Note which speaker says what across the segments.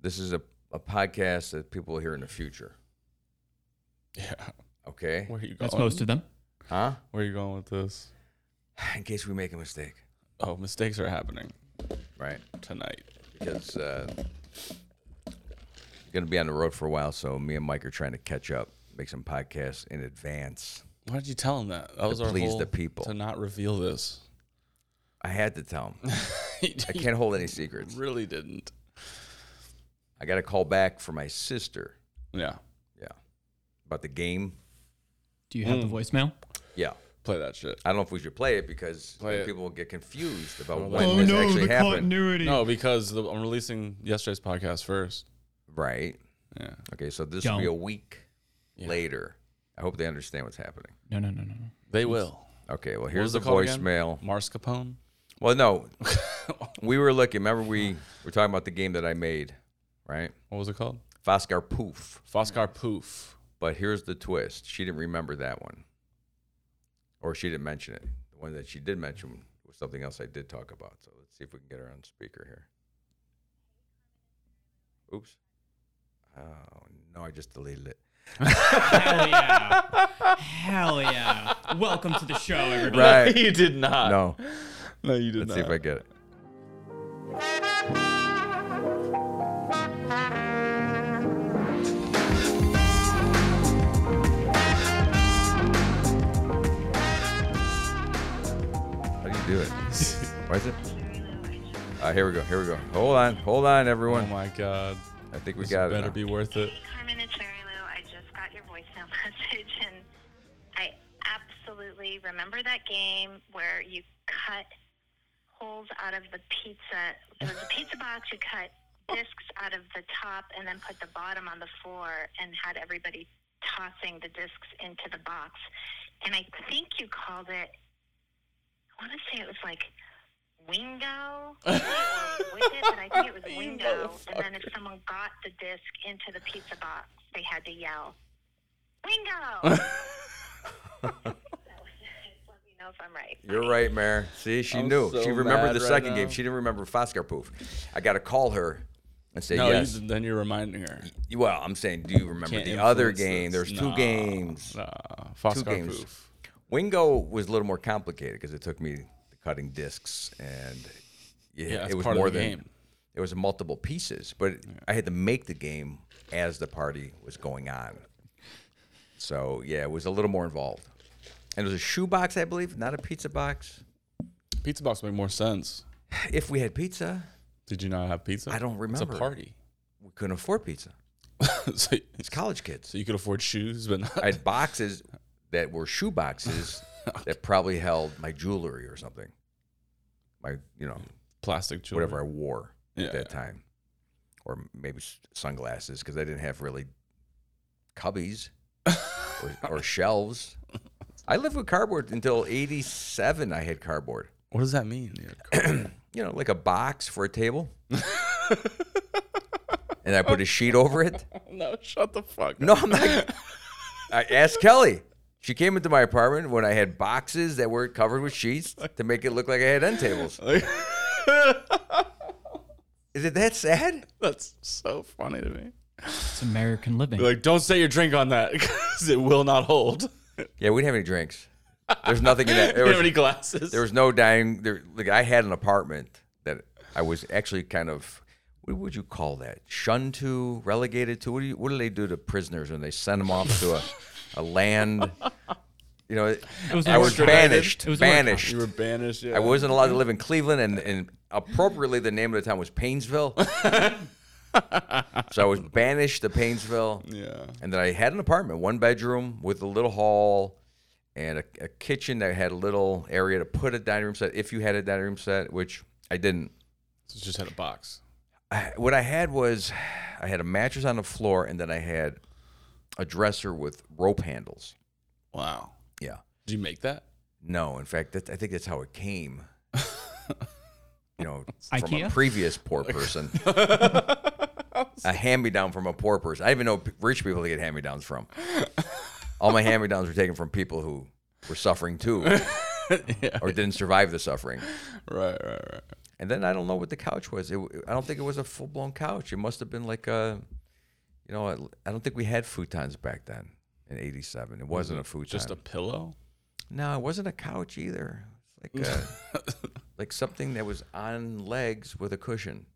Speaker 1: this is a, a podcast that people will hear in the future.
Speaker 2: Yeah.
Speaker 1: Okay.
Speaker 2: Where are you going?
Speaker 3: That's most of them.
Speaker 1: Huh?
Speaker 2: Where are you going with this?
Speaker 1: In case we make a mistake.
Speaker 2: Oh, mistakes are happening
Speaker 1: Right.
Speaker 2: tonight.
Speaker 1: Because uh, going to be on the road for a while. So me and Mike are trying to catch up, make some podcasts in advance.
Speaker 2: Why did you tell him that? That was our
Speaker 1: please
Speaker 2: whole
Speaker 1: the people.
Speaker 2: to not reveal this.
Speaker 1: I had to tell him.
Speaker 2: You
Speaker 1: I can't hold any secrets.
Speaker 2: really didn't.
Speaker 1: I got a call back for my sister.
Speaker 2: Yeah.
Speaker 1: Yeah. About the game.
Speaker 3: Do you have the voicemail?
Speaker 1: Yeah.
Speaker 2: Play that shit.
Speaker 1: I don't know if we should play it because
Speaker 2: Play
Speaker 1: then
Speaker 2: it.
Speaker 1: people will get confused about
Speaker 2: Oh,
Speaker 1: when this actually happened.
Speaker 2: No, because the, I'm releasing yesterday's podcast first.
Speaker 1: Right.
Speaker 2: Yeah.
Speaker 1: Okay. So this will be a
Speaker 3: Don't.
Speaker 1: week
Speaker 2: Yeah.
Speaker 1: later. I hope they understand what's happening.
Speaker 3: No, no, no, no. no.
Speaker 2: They will.
Speaker 1: Okay. Well,
Speaker 2: What was
Speaker 1: here's the
Speaker 2: it called again?
Speaker 1: voicemail.
Speaker 2: Mars Capone.
Speaker 1: Well, no, we were looking. Remember, we were talking about the game that I made, right?
Speaker 2: What was it called?
Speaker 1: Foscar Poof.
Speaker 2: Foscar Poof.
Speaker 1: But here's the twist: she didn't remember that one, or she didn't mention it. The one that she did mention was something else I did talk about. So let's see if we can get her on speaker here. Oops. Oh no, I just deleted it.
Speaker 3: Hell yeah. Hell yeah. Welcome to the show, everybody.
Speaker 1: Right.
Speaker 2: you did not.
Speaker 1: No.
Speaker 2: No, you did
Speaker 1: Let's
Speaker 2: not.
Speaker 1: see if I get it. How do you do it? Why is it? Uh, here we go. Here we go. Hold on. Hold on,
Speaker 2: Oh
Speaker 1: everyone.
Speaker 2: my god.
Speaker 1: I think we
Speaker 2: This
Speaker 1: got it.
Speaker 2: better
Speaker 1: now. Uh,
Speaker 2: be worth it.
Speaker 4: Carmen, it's Mary Lou. I just got your voicemail message, and I absolutely remember that game where you cut holes out of the pizza. There was a pizza box. You cut discs out of the top and then put the bottom on the floor and had everybody tossing the discs into the box. And I think you called it, I want to say it was like wingo. Wicket, but I think it was
Speaker 2: You
Speaker 4: wingo. And then if
Speaker 2: motherfucker.
Speaker 4: someone got the disc into the pizza box, they had to yell, wingo. Let me know if I'm right.
Speaker 1: You're right, Mayor. See, she
Speaker 2: I'm
Speaker 1: knew.
Speaker 2: so
Speaker 1: she remembered
Speaker 2: mad
Speaker 1: the
Speaker 2: right
Speaker 1: second game.
Speaker 2: now.
Speaker 1: She didn't remember Foscar Poof. I got to call her and say,
Speaker 2: No,
Speaker 1: yes.
Speaker 2: you, then you're reminding her.
Speaker 1: Well, I'm saying, do you remember
Speaker 2: Can't
Speaker 1: the other
Speaker 2: influence
Speaker 1: game?
Speaker 2: this.
Speaker 1: There's two
Speaker 2: Nah.
Speaker 1: games.
Speaker 2: Nah, Foscar
Speaker 1: games.
Speaker 2: Poof.
Speaker 1: Wingo was a little more complicated because it took me the cutting discs and yeah,
Speaker 2: Yeah, that's
Speaker 1: it was
Speaker 2: part
Speaker 1: more
Speaker 2: of the
Speaker 1: than
Speaker 2: game.
Speaker 1: it was multiple pieces. But I had to make the game as the party was going on. So yeah, it was a little more involved. And it was a shoebox, I believe, not a pizza box.
Speaker 2: Pizza box made more sense.
Speaker 1: If we had pizza,
Speaker 2: Did you not have pizza?
Speaker 1: I don't
Speaker 2: It's a
Speaker 1: remember.
Speaker 2: party.
Speaker 1: we couldn't afford pizza.
Speaker 2: so,
Speaker 1: It's college kids.
Speaker 2: so you could afford shoes, but not.
Speaker 1: I had boxes that were shoe boxes that probably held my jewelry or something. My, you know,
Speaker 2: plastic jewelry.
Speaker 1: whatever I wore
Speaker 2: Yeah,
Speaker 1: at that
Speaker 2: Mm-hmm. yeah.
Speaker 1: time, or maybe s- sunglasses because I didn't have really cubbies or, or shelves. I lived with cardboard until '87. I had cardboard,
Speaker 2: What does that mean?
Speaker 1: you know, like a box for a table, and I put a sheet over it.
Speaker 2: no, shut the fuck up.
Speaker 1: No, I'm not. I asked Kelly. She came into my apartment when I had boxes that were covered with sheets to make it look like I had end tables. Is it that sad?
Speaker 2: That's so funny to me.
Speaker 3: It's American living.
Speaker 2: Like, don't set your drink on that because it will not hold.
Speaker 1: Yeah, we didn't have any drinks. There's nothing in that. There
Speaker 2: you have
Speaker 1: was,
Speaker 2: any glasses?
Speaker 1: there was no dining. There, like I had an apartment that I was actually kind of. What would you call that? Shunned to, relegated to. What do you? What do they do to prisoners when they send them off to a, a land? You know,
Speaker 3: was
Speaker 1: I was
Speaker 3: extradited.
Speaker 1: banished.
Speaker 3: It was more-
Speaker 1: banished.
Speaker 2: you were banished. Yeah.
Speaker 1: I wasn't allowed to live in Cleveland, and, and appropriately, the name of the town was Paynesville. so I was banished to Paynesville,
Speaker 2: Yeah.
Speaker 1: and then I had an apartment, one bedroom with a little hall and a, a kitchen that had a little area to put a dining room set if you had a dining room set, which I didn't.
Speaker 2: So just had a box.
Speaker 1: I, what I had was I had a mattress on the floor, and then I had a dresser with rope handles.
Speaker 2: Wow.
Speaker 1: Yeah.
Speaker 2: Did you make that?
Speaker 1: No, in fact, that, I think that's how it came. you know, from a
Speaker 3: IKEA?
Speaker 1: previous poor person, a hand-me-down from a poor person. I even know p- rich people to get hand-me-downs from. All my hand-me-downs were taken from people who were suffering too, or didn't survive the suffering.
Speaker 2: Right, right, right.
Speaker 1: And then I don't know what the couch was. It, w- I don't think it was a full blown couch. It must have been like a, you know, I- I don't think we had futons back then in '87. It wasn't a futon.
Speaker 2: Mm-hmm. Just a pillow?
Speaker 1: no, it wasn't a couch either. It's like a, like something that was on legs with a cushion.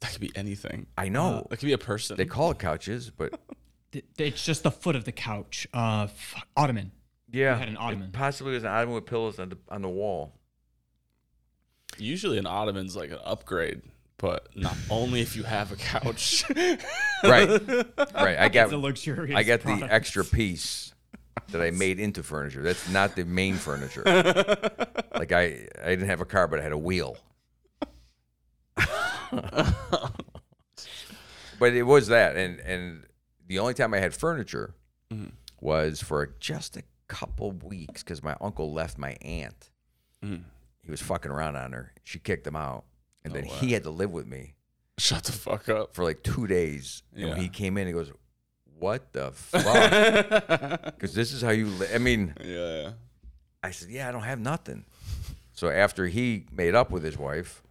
Speaker 2: That could be anything.
Speaker 1: I know
Speaker 2: That could be a person.
Speaker 1: Oh. they call it couches, but
Speaker 3: Th- It's just the foot of the couch. Uh, fuck, ottoman.
Speaker 1: yeah,
Speaker 3: had an
Speaker 1: it
Speaker 3: ottoman.
Speaker 1: possibly was an ottoman with pillows on the on the wall.
Speaker 2: Usually an ottoman's like an upgrade, but not only if you have a couch.
Speaker 1: Right, right. I got
Speaker 3: It's a luxurious.
Speaker 1: I got
Speaker 3: product.
Speaker 1: the extra piece that I made into furniture. That's not the main furniture. like I, I didn't have a car, but I had a wheel. but it was that, and and the only time I had furniture was for just a couple weeks because my uncle left my aunt.
Speaker 2: Mm.
Speaker 1: He was fucking around on her. She kicked him out, and then he had to live with me
Speaker 2: Shut the fuck up.
Speaker 1: for like two days. And when
Speaker 2: Yeah.
Speaker 1: he came in, he goes, "What the fuck?" Because this is how you. Li- I mean,
Speaker 2: Yeah.
Speaker 1: I said, "Yeah, I don't have nothing." So after he made up with his wife,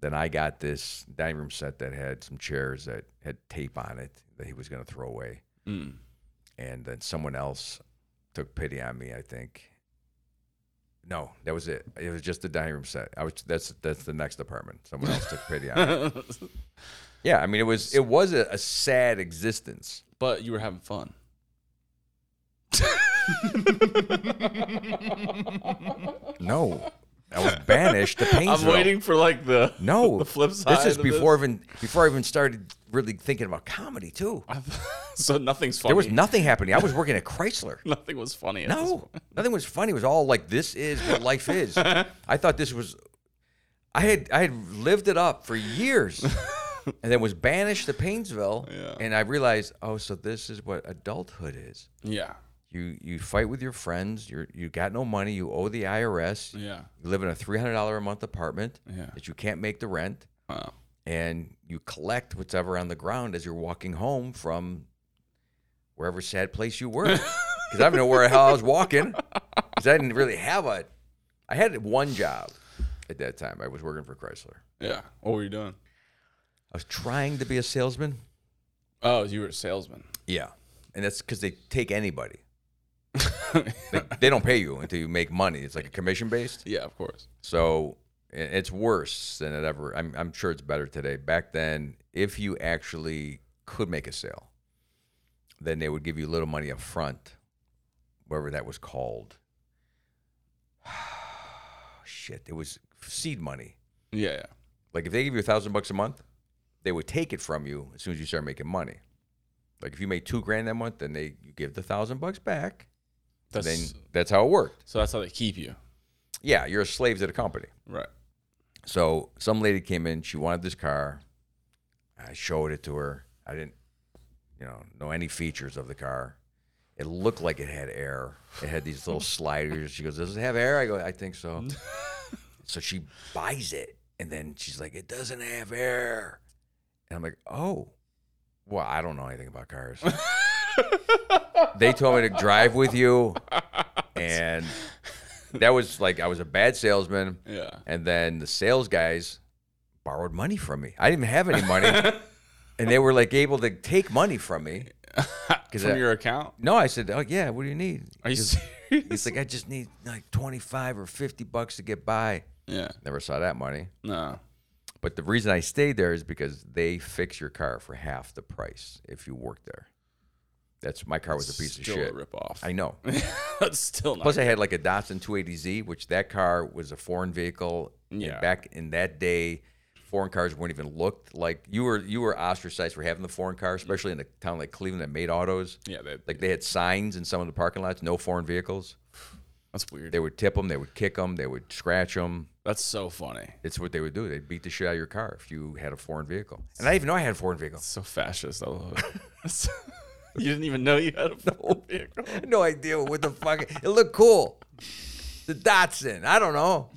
Speaker 1: then I got this dining room set that had some chairs that had tape on it that he was going to throw away,
Speaker 2: Mm.
Speaker 1: and then someone else took pity on me. I think. No, that was it. It was just the dining room set. I was that's that's the next apartment. Someone else took pity on me. Yeah, I mean it was it was a, a sad existence.
Speaker 2: But you were having fun.
Speaker 1: No, I was banished to Painesville.
Speaker 2: I'm waiting for like the
Speaker 1: No,
Speaker 2: the flip side.
Speaker 1: This is
Speaker 2: of
Speaker 1: before even before I even started really thinking about comedy too.
Speaker 2: so nothing's funny.
Speaker 1: There was nothing happening. I was working at Chrysler.
Speaker 2: Nothing was funny. at this
Speaker 1: No, nothing was funny. It was all like this is what life is. I thought this was. I had I had lived it up for years, and then was banished to Painesville.
Speaker 2: Yeah.
Speaker 1: And I realized, oh, so this is what adulthood is.
Speaker 2: Yeah.
Speaker 1: You you fight with your friends. You you got no money. You owe the IRS.
Speaker 2: Yeah.
Speaker 1: You live in a three hundred dollar a month apartment
Speaker 2: Yeah.
Speaker 1: that you can't make the rent,
Speaker 2: Wow.
Speaker 1: and you collect what's ever on the ground as you're walking home from wherever sad place you were. Because I don't know where the hell I was walking. Because I didn't really have a. I had one job at that time. I was working for Chrysler.
Speaker 2: Yeah. What were you doing?
Speaker 1: I was trying to be a salesman.
Speaker 2: Oh, you were a salesman.
Speaker 1: Yeah, and that's because they take anybody. They, they don't pay you until you make money. It's like a commission based.
Speaker 2: yeah, of course.
Speaker 1: So i- it's worse than it ever. I'm, I'm sure it's better today. Back then, if you actually could make a sale, then they would give you a little money up front, whatever that was called. Shit, it was seed money.
Speaker 2: Yeah. yeah.
Speaker 1: Like if they give you a thousand bucks a month, they would take it from you as soon as you start making money. Like if you made two grand that month, then they you give the thousand bucks back.
Speaker 2: That's
Speaker 1: then that's how it worked.
Speaker 2: so that's how they keep you.
Speaker 1: Yeah, you're a slave to the company.
Speaker 2: Right.
Speaker 1: So some lady came in. She wanted this car. I showed it to her. I didn't, you know, know any features of the car. It looked like it had air. It had these little sliders. She goes, "Does it have air?" I go, "I think so." so she buys it, and then she's like, "It doesn't have air," and I'm like, "Oh, well, I don't know anything about cars." they told me to drive with you, and that was like I was a bad salesman.
Speaker 2: Yeah.
Speaker 1: And then the sales guys borrowed money from me. I didn't have any money. and they were like able to take money from me.
Speaker 2: From
Speaker 1: I-
Speaker 2: your account?
Speaker 1: No, I said, Oh yeah, what do you need?
Speaker 2: Are you serious?
Speaker 1: He's like, I just need like twenty five or fifty bucks to get by.
Speaker 2: Yeah.
Speaker 1: Never saw that money.
Speaker 2: No.
Speaker 1: But the reason I stayed there is because they fix your car for half the price if you work there. That's my car was a piece of
Speaker 2: Still
Speaker 1: shit.
Speaker 2: a ripoff.
Speaker 1: I know.
Speaker 2: That's still not.
Speaker 1: Plus, I had like a Datsun 280Z, which that car was a foreign vehicle. And
Speaker 2: Yeah.
Speaker 1: back in that day, foreign cars weren't even looked like. You were you were ostracized for having the foreign car, especially in a town like Cleveland that made autos.
Speaker 2: yeah, they,
Speaker 1: Like they had signs in some of the parking lots, no foreign vehicles.
Speaker 2: that's weird.
Speaker 1: They would tip them, they would kick them, they would scratch them.
Speaker 2: that's so funny.
Speaker 1: It's what they would do. They'd beat the shit out of your car if you had a foreign vehicle. And I didn't even know I had a foreign vehicle.
Speaker 2: So fascist. I love it. you didn't even know you had a foreign vehicle.
Speaker 1: I had no idea what the fuck. It looked cool. The Datsun. I don't know.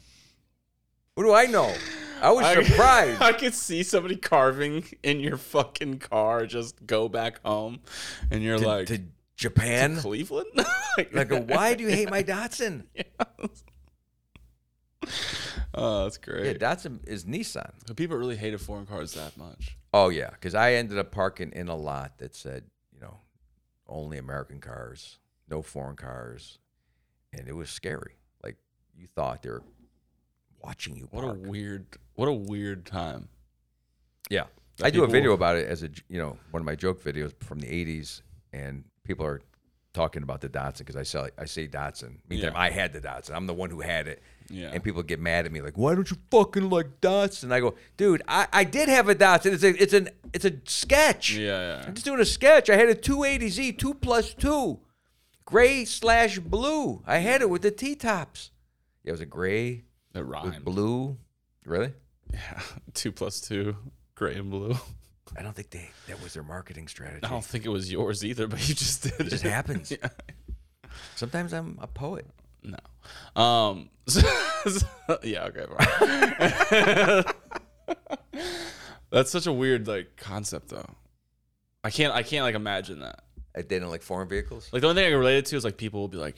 Speaker 1: What do I know? I was surprised.
Speaker 2: I could see somebody carving in your fucking car. Just go back home, and you're
Speaker 1: to-
Speaker 2: like
Speaker 1: to Japan.
Speaker 2: Cleveland.
Speaker 1: Like, why do you hate my Datsun?
Speaker 2: Oh, that's great.
Speaker 1: Yeah, Datsun is Nissan.
Speaker 2: Do people really hated foreign cars that much?
Speaker 1: Oh yeah, because I ended up parking in a lot that said, you know, only American cars, no foreign cars, and it was scary. Like you thought they were watching you.
Speaker 2: What
Speaker 1: park.
Speaker 2: a weird, what a weird time.
Speaker 1: Yeah. I do a
Speaker 2: people-
Speaker 1: video about it as a j- you know one of my joke videos from the '80s, and people are talking about the Datsun because I sell I say Datsun. Meantime,
Speaker 2: Yeah.
Speaker 1: I had the Datsun. I'm the one who had it.
Speaker 2: Yeah.
Speaker 1: And people get mad at me like, "Why don't you fucking like Datsun?" I go, "Dude, I, I did have a Datsun. It's a it's an it's a sketch.
Speaker 2: Yeah, yeah.
Speaker 1: I'm just doing a sketch. I had a 280Z two plus two, gray slash blue. I had it with the T tops. Yeah, it was a gray
Speaker 2: It
Speaker 1: with
Speaker 2: rhymed.
Speaker 1: blue. Really?
Speaker 2: Yeah, two plus two, gray and blue.
Speaker 1: I don't think they that was their marketing strategy.
Speaker 2: I don't think it was yours either, but you just did it.
Speaker 1: It just happens. Sometimes I'm a poet.
Speaker 2: No. Um. so- so- yeah. Okay. fine. That's such a weird like concept though. I can't. I can't like imagine that.
Speaker 1: I didn't like foreign vehicles.
Speaker 2: Like the only thing I can relate it to is like people will be like,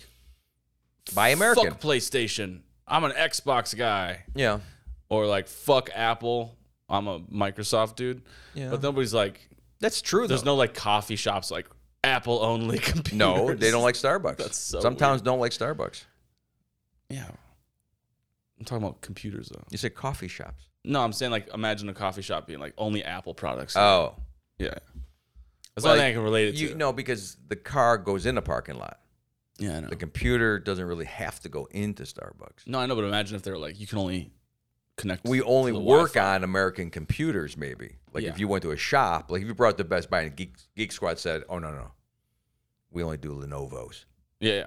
Speaker 1: Buy American.
Speaker 2: "Fuck PlayStation. I'm an Xbox guy,"
Speaker 1: Yeah.
Speaker 2: or like, "Fuck Apple. I'm a Microsoft dude."
Speaker 1: Yeah.
Speaker 2: But nobody's like,
Speaker 1: That's true.
Speaker 2: there's no like coffee shops like Apple only computers.
Speaker 1: no, they don't like Starbucks.
Speaker 2: That's so
Speaker 1: Some
Speaker 2: weird.
Speaker 1: towns don't like Starbucks.
Speaker 2: Yeah. I'm talking about computers though.
Speaker 1: You said coffee shops.
Speaker 2: No, I'm saying like imagine a coffee shop being like only Apple products.
Speaker 1: Oh,
Speaker 2: yeah.
Speaker 1: Well,
Speaker 2: That's the only thing I can relate it
Speaker 1: you
Speaker 2: to.
Speaker 1: no, because the car goes in a parking lot.
Speaker 2: yeah, I know.
Speaker 1: The computer doesn't really have to go into Starbucks.
Speaker 2: no, I know, but imagine if they're like you can only connect.
Speaker 1: We
Speaker 2: to
Speaker 1: only
Speaker 2: the
Speaker 1: work
Speaker 2: Wi-Fi.
Speaker 1: on American computers, maybe. Like
Speaker 2: Yeah.
Speaker 1: if you went to a shop, like if you brought the Best Buy and Geek, Geek Squad said, "Oh no, no, we only do Lenovo's
Speaker 2: Yeah, yeah.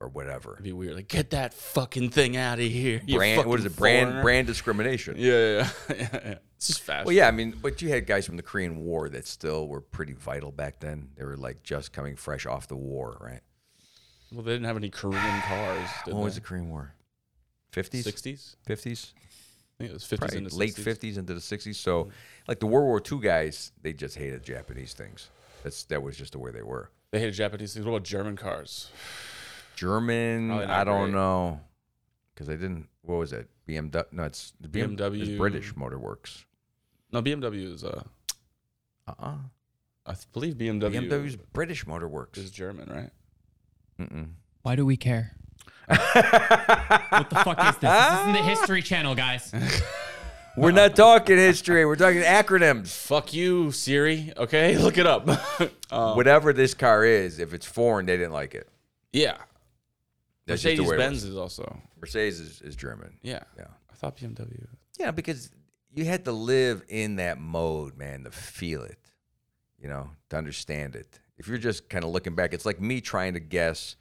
Speaker 1: or whatever."
Speaker 2: It'd be weird. Like get that fucking thing out of here. you
Speaker 1: Brand, what is
Speaker 2: fucking
Speaker 1: it? Brand
Speaker 2: foreigner.
Speaker 1: brand discrimination.
Speaker 2: Yeah, yeah, yeah. yeah, yeah. It's just fast.
Speaker 1: Well, yeah, I mean, but you had guys from the Korean War that still were pretty vital back then. They were like just coming fresh off the war, right?
Speaker 2: Well, they didn't have any Korean cars. Did
Speaker 1: When was the
Speaker 2: they?
Speaker 1: Korean War? 50s?
Speaker 2: Sixties.
Speaker 1: 50s?
Speaker 2: I think it was fifties
Speaker 1: Probably
Speaker 2: and
Speaker 1: late 50s into the 60s.
Speaker 2: Mm-hmm.
Speaker 1: So, like the World War II guys, they just hated Japanese things. That's That was just the way they were.
Speaker 2: They hated Japanese things. What about German cars?
Speaker 1: German,
Speaker 2: Probably not
Speaker 1: I don't
Speaker 2: great.
Speaker 1: know. Because they didn't, what was it? BMW? No, it's the BM, It's
Speaker 2: BMW.
Speaker 1: British Motor Works.
Speaker 2: No, BMW is uh,
Speaker 1: Uh uh
Speaker 2: I th- believe BMW,
Speaker 1: BMW's British Motor
Speaker 2: is
Speaker 1: Works.
Speaker 2: German, right?
Speaker 1: Mm-mm.
Speaker 3: Why do we care? what the fuck is this? This
Speaker 1: Ah!
Speaker 3: isn't the History Channel, guys.
Speaker 1: We're not talking history, we're talking acronyms.
Speaker 2: Fuck you, Siri. Okay, look it up. um,
Speaker 1: whatever this car is, if it's foreign, they didn't like it.
Speaker 2: yeah,
Speaker 1: That's just
Speaker 2: Mercedes
Speaker 1: the way it was.
Speaker 2: Benz is also.
Speaker 1: Mercedes is, is German.
Speaker 2: Yeah,
Speaker 1: Yeah.
Speaker 2: I thought BMW.
Speaker 1: Yeah, because you had to live in that mode, man, to feel it, you know, to understand it. If you're just kind of looking back, it's like me trying to guess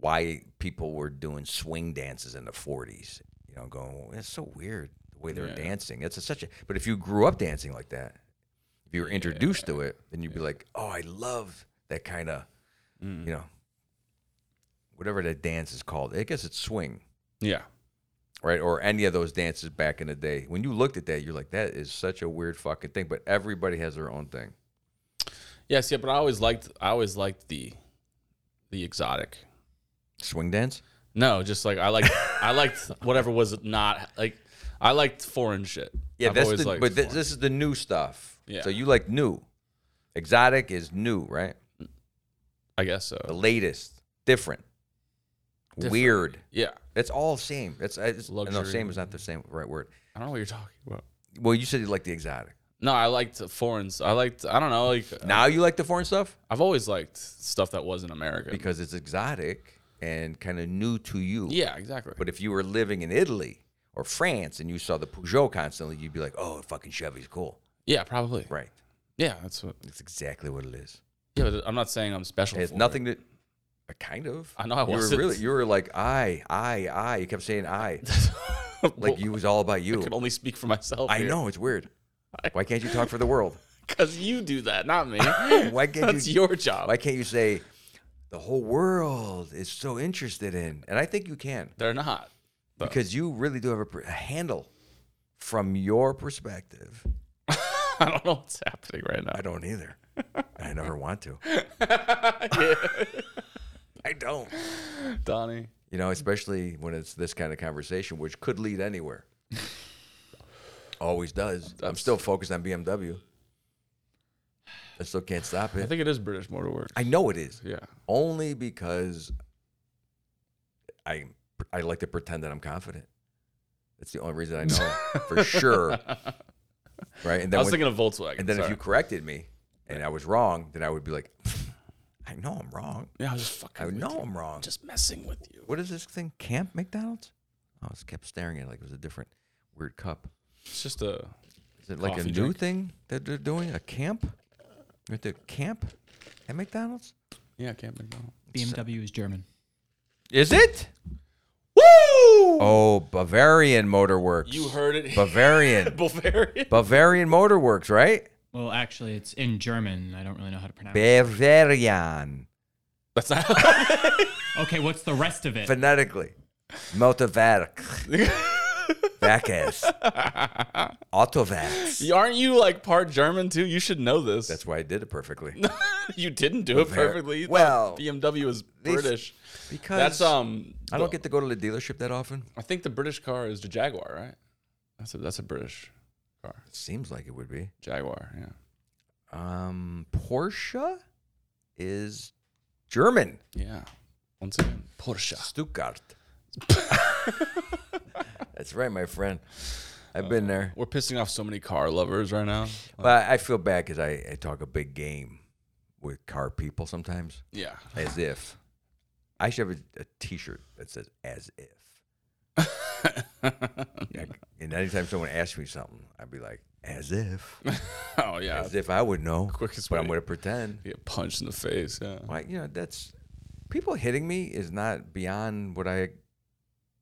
Speaker 1: why people were doing swing dances in the 40s, you know, going, well, it's so weird the way they're
Speaker 2: Yeah.
Speaker 1: dancing. It's a, such a, but if you grew up dancing like that, if you were introduced to it, then you'd be like, oh, I love that kind of, you know, whatever that dance is called. I guess it's swing
Speaker 2: Yeah,
Speaker 1: right? Or any of those dances back in the day. When you looked at that, you're like, that is such a weird fucking thing. But everybody has their own thing.
Speaker 2: yes, yeah, but I always liked. I always liked the, the exotic.
Speaker 1: Swing dance?
Speaker 2: No, just like I liked. I liked whatever was not like. I liked foreign shit.
Speaker 1: Yeah,
Speaker 2: I've
Speaker 1: that's
Speaker 2: always
Speaker 1: the,
Speaker 2: liked
Speaker 1: but thi-
Speaker 2: foreign.
Speaker 1: this is the new stuff.
Speaker 2: Yeah.
Speaker 1: So you like new. Exotic is new, right?
Speaker 2: I guess
Speaker 1: The
Speaker 2: so.
Speaker 1: latest, different,
Speaker 2: Different.
Speaker 1: weird.
Speaker 2: Yeah,
Speaker 1: It's all same. It's, it's no
Speaker 2: Luxury.
Speaker 1: same is not the same right word.
Speaker 2: I don't know what you're talking about.
Speaker 1: Well, you said you like the exotic.
Speaker 2: No, I liked foreigns. I liked. I don't know. Like
Speaker 1: Now you like the foreign stuff
Speaker 2: I've always liked stuff that wasn't American.
Speaker 1: because it's exotic and kind of new to you.
Speaker 2: yeah, exactly.
Speaker 1: But if you were living in Italy or France and you saw the Peugeot constantly, you'd be like, "Oh, fucking Chevy's cool."
Speaker 2: yeah, probably.
Speaker 1: Right.
Speaker 2: Yeah, that's what.
Speaker 1: That's exactly what it is.
Speaker 2: Yeah, but I'm not saying I'm special.
Speaker 1: It has
Speaker 2: for
Speaker 1: nothing to. uh, Kind of.
Speaker 2: I know I
Speaker 1: you were
Speaker 2: wasn't.
Speaker 1: really. You were like I, I, I. You kept saying I,
Speaker 2: Like
Speaker 1: like you was all about
Speaker 2: I
Speaker 1: you.
Speaker 2: can only speak for myself.
Speaker 1: I know it's weird. Why can't you talk for the world?
Speaker 2: because you do that, not me.
Speaker 1: Why can't
Speaker 2: that's
Speaker 1: you?
Speaker 2: your job.
Speaker 1: Why can't you say the whole world is so interested in? And I think you can
Speaker 2: They're not. though.
Speaker 1: because you really do have a, pr- a handle from your perspective.
Speaker 2: I don't know what's happening right now.
Speaker 1: I don't either. I never want to. I don't.
Speaker 2: Donnie.
Speaker 1: You know, especially when it's this kind of conversation, which could lead anywhere. Always does. I'm still focused on BMW. I still can't stop
Speaker 2: I
Speaker 1: it.
Speaker 2: think it is British Motor Works.
Speaker 1: I know it is
Speaker 2: Yeah.
Speaker 1: only because I I like to pretend that I'm confident. That's the only reason I know for sure. Right? And
Speaker 2: I
Speaker 1: then, when-
Speaker 2: was thinking of Volkswagen.
Speaker 1: and then if
Speaker 2: sorry.
Speaker 1: you corrected me and I was wrong, then I would be like, I know I'm wrong.
Speaker 2: yeah, I was just fucking.
Speaker 1: I
Speaker 2: with
Speaker 1: know
Speaker 2: you.
Speaker 1: I'm wrong.
Speaker 2: Just messing with you.
Speaker 1: What is this thing? Camp McDonald's? Oh, I was kept staring at it like it was a different weird cup.
Speaker 2: It's just a.
Speaker 1: Is it like a
Speaker 2: Coffee
Speaker 1: new
Speaker 2: drink.
Speaker 1: thing that they're doing? A camp? You have to camp at McDonald's?
Speaker 2: Yeah, Camp McDonald.
Speaker 3: BMW is German.
Speaker 1: Is it?
Speaker 2: Woo!
Speaker 1: Oh, Bavarian Motorworks.
Speaker 2: You heard it.
Speaker 1: Bavarian.
Speaker 2: Bavarian.
Speaker 1: Bavarian Motorworks, right?
Speaker 3: Well, actually, it's in German. I don't really know how to pronounce it.
Speaker 1: Bavarian.
Speaker 2: That's not. How
Speaker 3: Okay, what's the rest of it?
Speaker 1: Phonetically. Motorwerk. Backass. Autovax.
Speaker 2: Aren't you like part German too? You should know this.
Speaker 1: That's why I did it perfectly.
Speaker 2: you didn't do it
Speaker 1: Bavar-
Speaker 2: perfectly. You thought
Speaker 1: Well,
Speaker 2: BMW is
Speaker 1: they s-
Speaker 2: British.
Speaker 1: Because
Speaker 2: That's um.
Speaker 1: I don't
Speaker 2: the-
Speaker 1: get to go to the dealership that often.
Speaker 2: I think the British car is the Jaguar, right? That's a that's a British car.
Speaker 1: Seems like it would be.
Speaker 2: Jaguar. Yeah.
Speaker 1: Um, Porsche is German.
Speaker 2: Yeah. Once again, Porsche.
Speaker 1: Stuttgart. That's right, my friend. I've been there.
Speaker 2: We're pissing off so many car lovers right now.
Speaker 1: But I feel bad because I, I talk a big game with car people sometimes.
Speaker 2: Yeah.
Speaker 1: As if. I should have a, a t shirt that says as if. Yeah, and anytime someone asks me something, I'd be like, as if.
Speaker 2: Oh yeah.
Speaker 1: As if I would know.
Speaker 2: Quickest
Speaker 1: but
Speaker 2: way.
Speaker 1: I'm going to pretend.
Speaker 2: Get punched in the face. Yeah.
Speaker 1: Why, you know, that's people hitting me is not beyond what I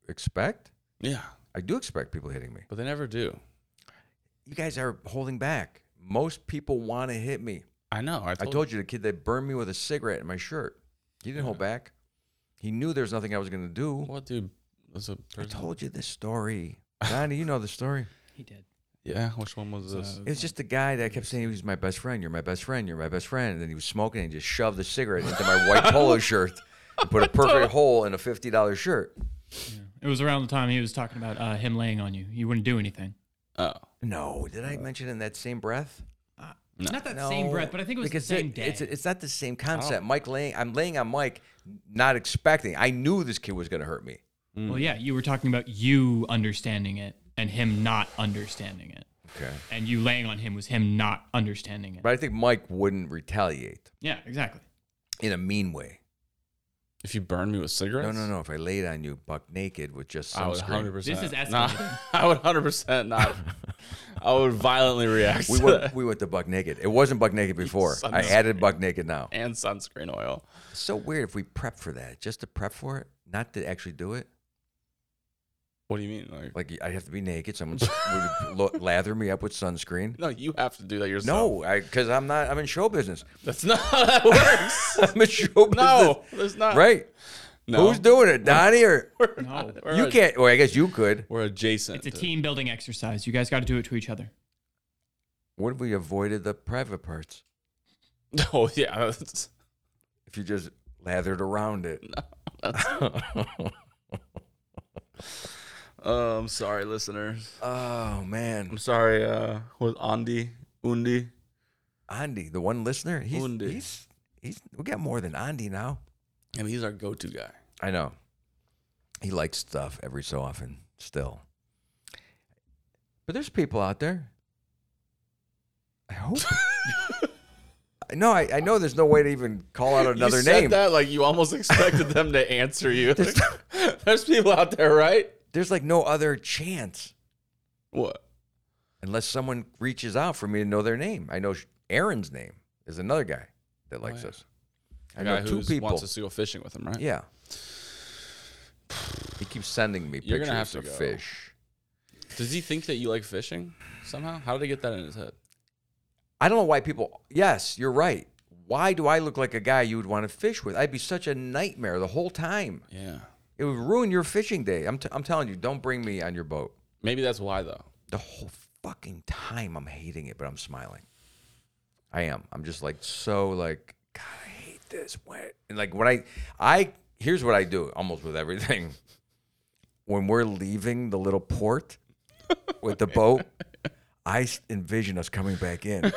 Speaker 1: expect.
Speaker 2: Yeah.
Speaker 1: I do expect people hitting me.
Speaker 2: But they never do.
Speaker 1: You guys are holding back. Most people want to hit me.
Speaker 2: I know. I
Speaker 1: I
Speaker 2: told,
Speaker 1: told you the kid that burned me with a cigarette in my shirt. He didn't hold back. He knew there was nothing I was going to do.
Speaker 2: What dude? Was a
Speaker 1: I
Speaker 3: Mm-hmm.
Speaker 2: person?
Speaker 1: told you this story. Johnny, you know the story.
Speaker 3: he did.
Speaker 2: Yeah. Which one was this?
Speaker 3: So-
Speaker 1: It was just the guy that kept saying he was my best friend. You're my best friend. You're my best friend. And then he was smoking and he just shoved the cigarette into my white polo shirt and put a perfect hole in a fifty dollar shirt.
Speaker 3: It was around the time he was talking about uh, him laying on you. You wouldn't do anything.
Speaker 2: oh.
Speaker 1: No, did I mention in that same breath?
Speaker 3: Not that
Speaker 1: No,
Speaker 3: same breath, but I think it was the
Speaker 1: because
Speaker 3: same
Speaker 1: it-
Speaker 3: day. Oh.
Speaker 1: It's, it's not the same concept. Mike laying, I'm laying on Mike, not expecting. I knew this kid was going to hurt me.
Speaker 3: well, yeah, you were talking about you understanding it and him not understanding it.
Speaker 1: Okay,
Speaker 3: And you laying on him was him not understanding it.
Speaker 1: but I think Mike wouldn't retaliate
Speaker 3: Yeah, exactly.
Speaker 1: in a mean way.
Speaker 2: If you burn me with
Speaker 1: No,
Speaker 2: cigarettes?
Speaker 1: no, no. If I laid on you, buck naked with just
Speaker 2: I would
Speaker 1: sunscreen,
Speaker 2: 100%.
Speaker 3: This is
Speaker 2: nah,
Speaker 3: escalating.
Speaker 2: I would 100% not. I would violently react
Speaker 1: we
Speaker 2: to
Speaker 1: went
Speaker 2: that.
Speaker 1: we went to buck naked. It wasn't buck naked before. I
Speaker 2: Sunscreen.
Speaker 1: added buck naked now.
Speaker 2: And sunscreen oil.
Speaker 1: It's so weird if we prep for that, just to prep for it, not to actually do it.
Speaker 2: What do you mean? Like,
Speaker 1: Like I have to be naked. Someone would lo- lather me up with sunscreen.
Speaker 2: no, you have to do that yourself.
Speaker 1: No, I because I'm not. I'm in show business.
Speaker 2: That's not how that works.
Speaker 1: I'm in show business.
Speaker 2: no, there's not.
Speaker 1: right?
Speaker 2: No.
Speaker 1: Who's doing it, Donnie or
Speaker 3: No.
Speaker 2: We're
Speaker 1: you
Speaker 2: a-
Speaker 1: can't? Well, I guess you could.
Speaker 2: We're adjacent.
Speaker 3: Uh, It's a
Speaker 2: to-
Speaker 3: team building exercise. You guys got to do it to each other.
Speaker 1: What if we avoided the private parts?
Speaker 2: Oh, yeah. that's-
Speaker 1: If you just lathered around it,
Speaker 2: Oh, I'm sorry, listeners.
Speaker 1: oh
Speaker 2: I'm
Speaker 1: man,
Speaker 2: sorry. Uh, with Andy, Undi.
Speaker 1: Andy, the one listener, he's
Speaker 2: Undy.
Speaker 1: he's he's we got more than Andy now.
Speaker 2: I mean, he's our go to guy.
Speaker 1: I know. He likes stuff every so often still. But there's people out there. I hope. no, I, I know there's no way to even call out another
Speaker 2: you said
Speaker 1: name.
Speaker 2: that like you almost expected them to answer you. There's people out there, right?
Speaker 1: There's like no other chance
Speaker 2: What?
Speaker 1: unless someone reaches out for me to know their name. I know Aaron's name is another guy that likes
Speaker 2: yeah.
Speaker 1: us. I know two
Speaker 2: who's-
Speaker 1: people.
Speaker 2: wants us to go fishing with him, right?
Speaker 1: Yeah. He keeps sending me
Speaker 2: You're
Speaker 1: pictures
Speaker 2: gonna have
Speaker 1: of
Speaker 2: to go.
Speaker 1: fish.
Speaker 2: Does he think that you like fishing somehow? How did he get that in his head?
Speaker 1: I don't know why people. Yes, you're right. Why do I look like a guy you would want to fish with? I'd be such a nightmare the whole time.
Speaker 2: Yeah.
Speaker 1: It would ruin your fishing day. I'm, t- I'm telling you, don't bring me on your boat.
Speaker 2: Maybe that's why though.
Speaker 1: The whole fucking time I'm hating it, but I'm smiling. I am. I'm just like so like God, I hate this. What? And like when I I here's what I do almost with everything. When we're leaving the little port with the boat, I s- envision us coming back in.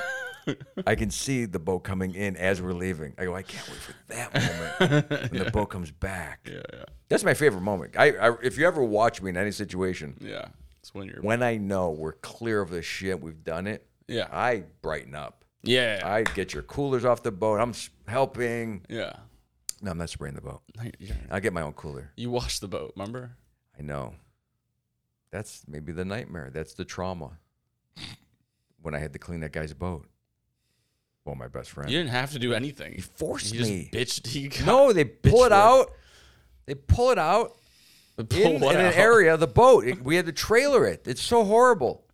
Speaker 1: I can see the boat coming in as we're leaving. I go, I can't wait for that moment when the boat comes back.
Speaker 2: yeah.
Speaker 1: That's my favorite moment. I, I if you ever watch me in any situation,
Speaker 2: Yeah. It's when you're.
Speaker 1: when I know we're clear of the shit, we've done it.
Speaker 2: Yeah.
Speaker 1: I brighten up.
Speaker 2: yeah.
Speaker 1: I get your coolers off the boat. I'm s- helping.
Speaker 2: yeah.
Speaker 1: No, I'm not spraying the boat.
Speaker 2: No, you- you don't-
Speaker 1: I get my own cooler.
Speaker 2: You washed the boat, remember?
Speaker 1: I know. That's maybe the nightmare. That's the trauma. When I had to clean that guy's boat. Well, my best friend.
Speaker 2: You didn't have to do anything. You
Speaker 1: forced
Speaker 2: you just
Speaker 1: me.
Speaker 2: Bitched. He got,
Speaker 1: No, they
Speaker 2: bitch
Speaker 1: pull it
Speaker 2: whipped.
Speaker 1: out. They pull it out
Speaker 2: Pull
Speaker 1: in,
Speaker 2: what
Speaker 1: in an
Speaker 2: out?
Speaker 1: area of the boat. It- we had to trailer it. It's so horrible.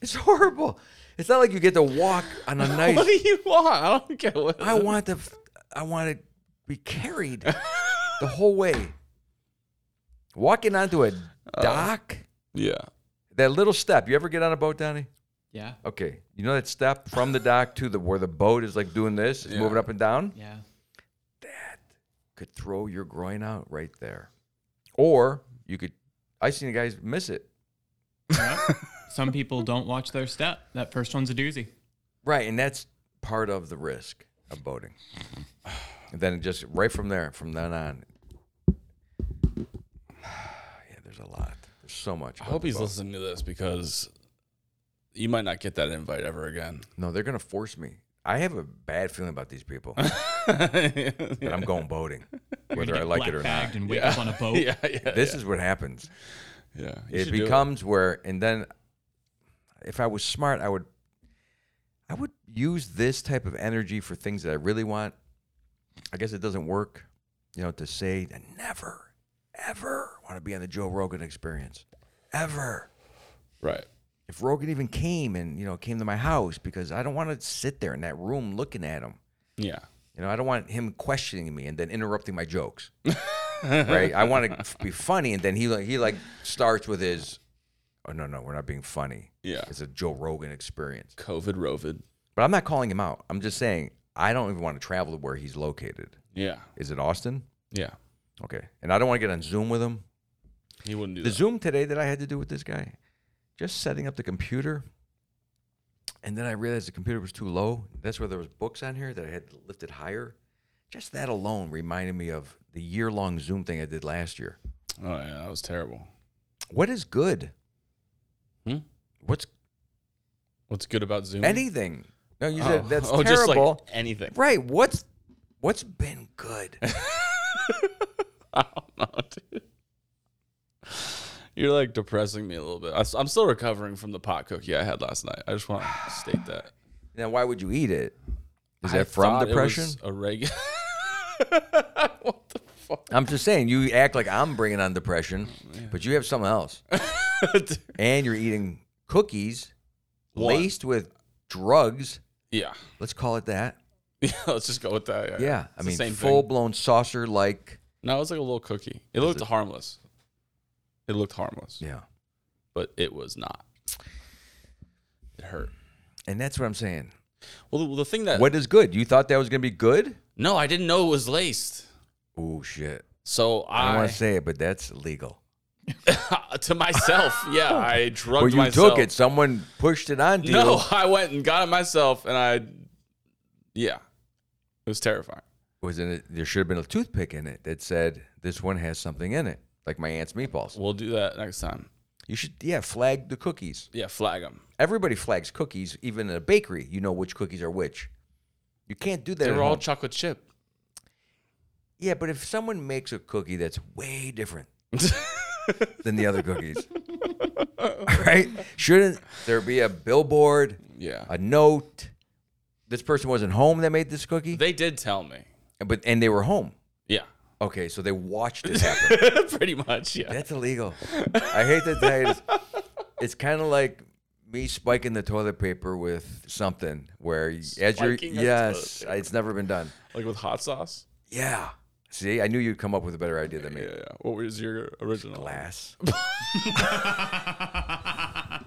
Speaker 1: It's horrible. It's not like you get to walk on a nice.
Speaker 2: What do you want? I don't get what.
Speaker 1: I want to. f- I want to be carried the whole way. Walking onto a dock,
Speaker 2: Yeah.
Speaker 1: that little step. You ever get on a boat, Donnie?
Speaker 3: Yeah.
Speaker 1: Okay, you know that step from the dock to the where the boat is like doing this, it's
Speaker 2: Yeah.
Speaker 1: moving up and down.
Speaker 3: Yeah.
Speaker 1: Could throw your groin out right there, or you could. I seen the guys miss it.
Speaker 3: Some people don't watch their step. That first one's a doozy.
Speaker 1: Right, and that's part of the risk of boating. And then just right from there, from then on. Yeah, there's a lot. There's so much.
Speaker 2: I
Speaker 1: about
Speaker 2: hope
Speaker 1: the
Speaker 2: he's
Speaker 1: boat.
Speaker 2: listening to this because you might not get that invite ever again.
Speaker 1: No, they're gonna force me. I have a bad feeling about these people that
Speaker 2: yeah.
Speaker 1: I'm going boating, whether
Speaker 3: Get
Speaker 1: I like it
Speaker 3: black
Speaker 1: or not.
Speaker 3: bagged And wake up on a boat.
Speaker 2: Yeah. Yeah.
Speaker 1: This is what happens.
Speaker 2: yeah. You
Speaker 1: it
Speaker 2: should do
Speaker 1: becomes where and then if i was smart i would i would use this type of energy for things that i really want i guess it doesn't work you know to say i never ever want to be on the joe rogan experience ever
Speaker 2: Right.
Speaker 1: if rogan even came and you know came to my house because i don't want to sit there in that room looking at him
Speaker 2: Yeah.
Speaker 1: you know, I don't want him questioning me and then interrupting my jokes. right? I want to be funny, and then he like he like starts with his, oh no no, we're not being funny.
Speaker 2: Yeah.
Speaker 1: it's a Joe Rogan experience.
Speaker 2: COVID, rovid.
Speaker 1: But I'm not calling him out. I'm just saying I don't even want to travel to where he's located.
Speaker 2: Yeah.
Speaker 1: Is it Austin?
Speaker 2: Yeah.
Speaker 1: Okay, and I don't want to get on Zoom with him.
Speaker 2: He wouldn't do
Speaker 1: The
Speaker 2: that.
Speaker 1: Zoom today that I had to do with this guy, just setting up the computer. And then I realized the computer was too low. That's where there was books on here that I had lifted higher. Just that alone reminded me of the year-long Zoom thing I did last year.
Speaker 2: Oh yeah, that was terrible.
Speaker 1: What is good?
Speaker 2: Hmm?
Speaker 1: What's
Speaker 2: What's good about Zoom?
Speaker 1: anything? No, you said that's
Speaker 2: Mm. oh,
Speaker 1: terrible.
Speaker 2: Just like anything.
Speaker 1: right? What's what's been good?
Speaker 2: I don't know, dude. You're like depressing me a little bit. I, am still recovering from the pot cookie I had last night. I just want to state that.
Speaker 1: now, why would you eat it? Is
Speaker 2: I
Speaker 1: that from
Speaker 2: thought it was
Speaker 1: depression?
Speaker 2: a regular. what the fuck?
Speaker 1: I'm just saying. You act like I'm bringing on depression, but you have something else.
Speaker 2: Dude.
Speaker 1: and you're eating cookies
Speaker 2: One.
Speaker 1: laced with drugs.
Speaker 2: yeah.
Speaker 1: Let's call it that.
Speaker 2: Yeah. Let's just go with that. Yeah.
Speaker 1: Yeah,
Speaker 2: Uh, It's the
Speaker 1: I
Speaker 2: same
Speaker 1: mean,
Speaker 2: thing.
Speaker 1: full blown saucer like.
Speaker 2: No, it was like a little cookie. It looked harmless. It looked harmless,
Speaker 1: Yeah,
Speaker 2: but it was not. It hurt.
Speaker 1: and that's what I'm saying.
Speaker 2: Well, the, the thing that
Speaker 1: What is good? You thought that was gonna be good?
Speaker 2: no, I didn't know it was laced.
Speaker 1: Oh shit!
Speaker 2: So
Speaker 1: I don't
Speaker 2: I,
Speaker 1: want to say it, but that's legal.
Speaker 2: to myself, yeah, I drugged
Speaker 1: Well, you
Speaker 2: myself.
Speaker 1: took it. Someone pushed it onto
Speaker 2: No,
Speaker 1: you.
Speaker 2: I went and got it myself, and I, yeah, it was terrifying.
Speaker 1: Was in it? There should have been a toothpick in it that said this one has something in it, like my aunt's meatballs.
Speaker 2: We'll do that next time.
Speaker 1: You should, yeah, flag the cookies.
Speaker 2: Yeah, flag them.
Speaker 1: Everybody flags cookies, even in a bakery. You know which cookies are which. You can't do that.
Speaker 2: They
Speaker 1: at
Speaker 2: were all
Speaker 1: home.
Speaker 2: chocolate chip.
Speaker 1: Yeah, but if someone makes a cookie that's way different than the other cookies, right? Shouldn't there be a billboard,
Speaker 2: Yeah,
Speaker 1: a note? This person wasn't home that made this cookie,
Speaker 2: they did tell me.
Speaker 1: but and they were home.
Speaker 2: Yeah,
Speaker 1: Okay, so they watched it happen.
Speaker 2: pretty much. Yeah,
Speaker 1: That's illegal. I hate to tell you, this. it's kind of like me spiking the toilet paper with something where y- as you're
Speaker 2: Spiking the
Speaker 1: yes,
Speaker 2: toilet
Speaker 1: it's never been done.
Speaker 2: like with hot sauce.
Speaker 1: Yeah. See, I knew you'd come up with a better idea than me.
Speaker 2: Yeah, yeah. What was your original?
Speaker 1: Glass.
Speaker 3: Oh,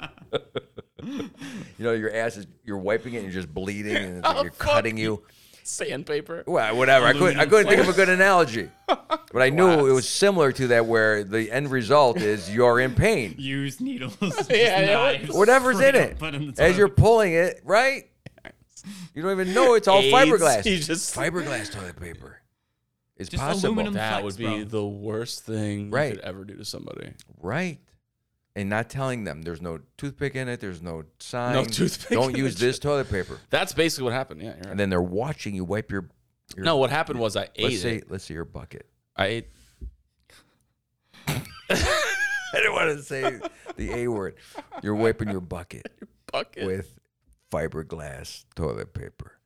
Speaker 1: you know, your ass is you're wiping it and you're just bleeding and it's like you're cutting you.
Speaker 2: Sandpaper.
Speaker 1: Well, whatever. I couldn't, I couldn't think of a good analogy. But I knew it
Speaker 2: Glass.
Speaker 1: was similar to that where the end result is you're in pain.
Speaker 3: Use needles. just
Speaker 2: yeah, what-
Speaker 3: knives,
Speaker 1: Whatever's in
Speaker 3: straight up
Speaker 1: it.
Speaker 3: put in the
Speaker 1: As you're
Speaker 3: toilet.
Speaker 1: pulling it, right? You don't even know it's all
Speaker 2: AIDS.
Speaker 1: fiberglass.
Speaker 2: He just-
Speaker 1: fiberglass toilet paper. It's
Speaker 3: Just
Speaker 1: possible.
Speaker 3: aluminum
Speaker 2: That
Speaker 3: Flex,
Speaker 2: would be
Speaker 3: bro.
Speaker 2: the worst thing
Speaker 1: Right.
Speaker 2: you could ever do to somebody.
Speaker 1: Right. And not telling them there's no toothpick in it, there's no sign.
Speaker 2: toothpick
Speaker 1: Don't
Speaker 2: in
Speaker 1: use
Speaker 2: it.
Speaker 1: this toilet paper.
Speaker 2: That's basically what happened. Yeah. You're right.
Speaker 1: And then they're watching you wipe your. your
Speaker 2: no, what happened was I ate
Speaker 1: Let's say,
Speaker 2: it.
Speaker 1: let's say your bucket.
Speaker 2: I ate.
Speaker 1: I didn't want to say the A word. You're wiping your bucket
Speaker 2: Bucket.
Speaker 1: with fiberglass toilet paper.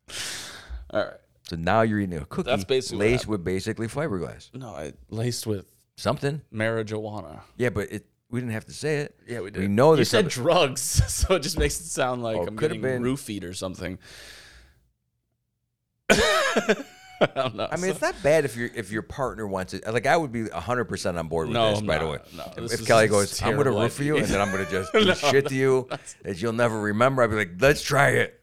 Speaker 2: All right.
Speaker 1: So now you're eating a cookie
Speaker 2: That's basically what
Speaker 1: laced with basically fiberglass.
Speaker 2: No, I laced with
Speaker 1: Something.
Speaker 2: marijuana.
Speaker 1: Yeah, but it we didn't have to say it. Yeah,
Speaker 2: we
Speaker 1: We know
Speaker 2: You
Speaker 1: this.
Speaker 2: said drugs, so it just makes it sound like
Speaker 1: Oh,
Speaker 2: I'm
Speaker 1: could've been.
Speaker 2: getting roofied or something. I don't know.
Speaker 1: I mean, it's
Speaker 2: So-
Speaker 1: not bad if your if your partner wants it. Like I would be 100 percent on board with
Speaker 2: No,
Speaker 1: this.
Speaker 2: I'm
Speaker 1: By the way,
Speaker 2: not. No, this
Speaker 1: if,
Speaker 2: is
Speaker 1: if Kelly
Speaker 2: a
Speaker 1: goes, I'm gonna
Speaker 2: terrible
Speaker 1: roof you,
Speaker 2: idea."
Speaker 1: and then I'm gonna just do shit to you that you'll never remember. I'd be like, let's try it.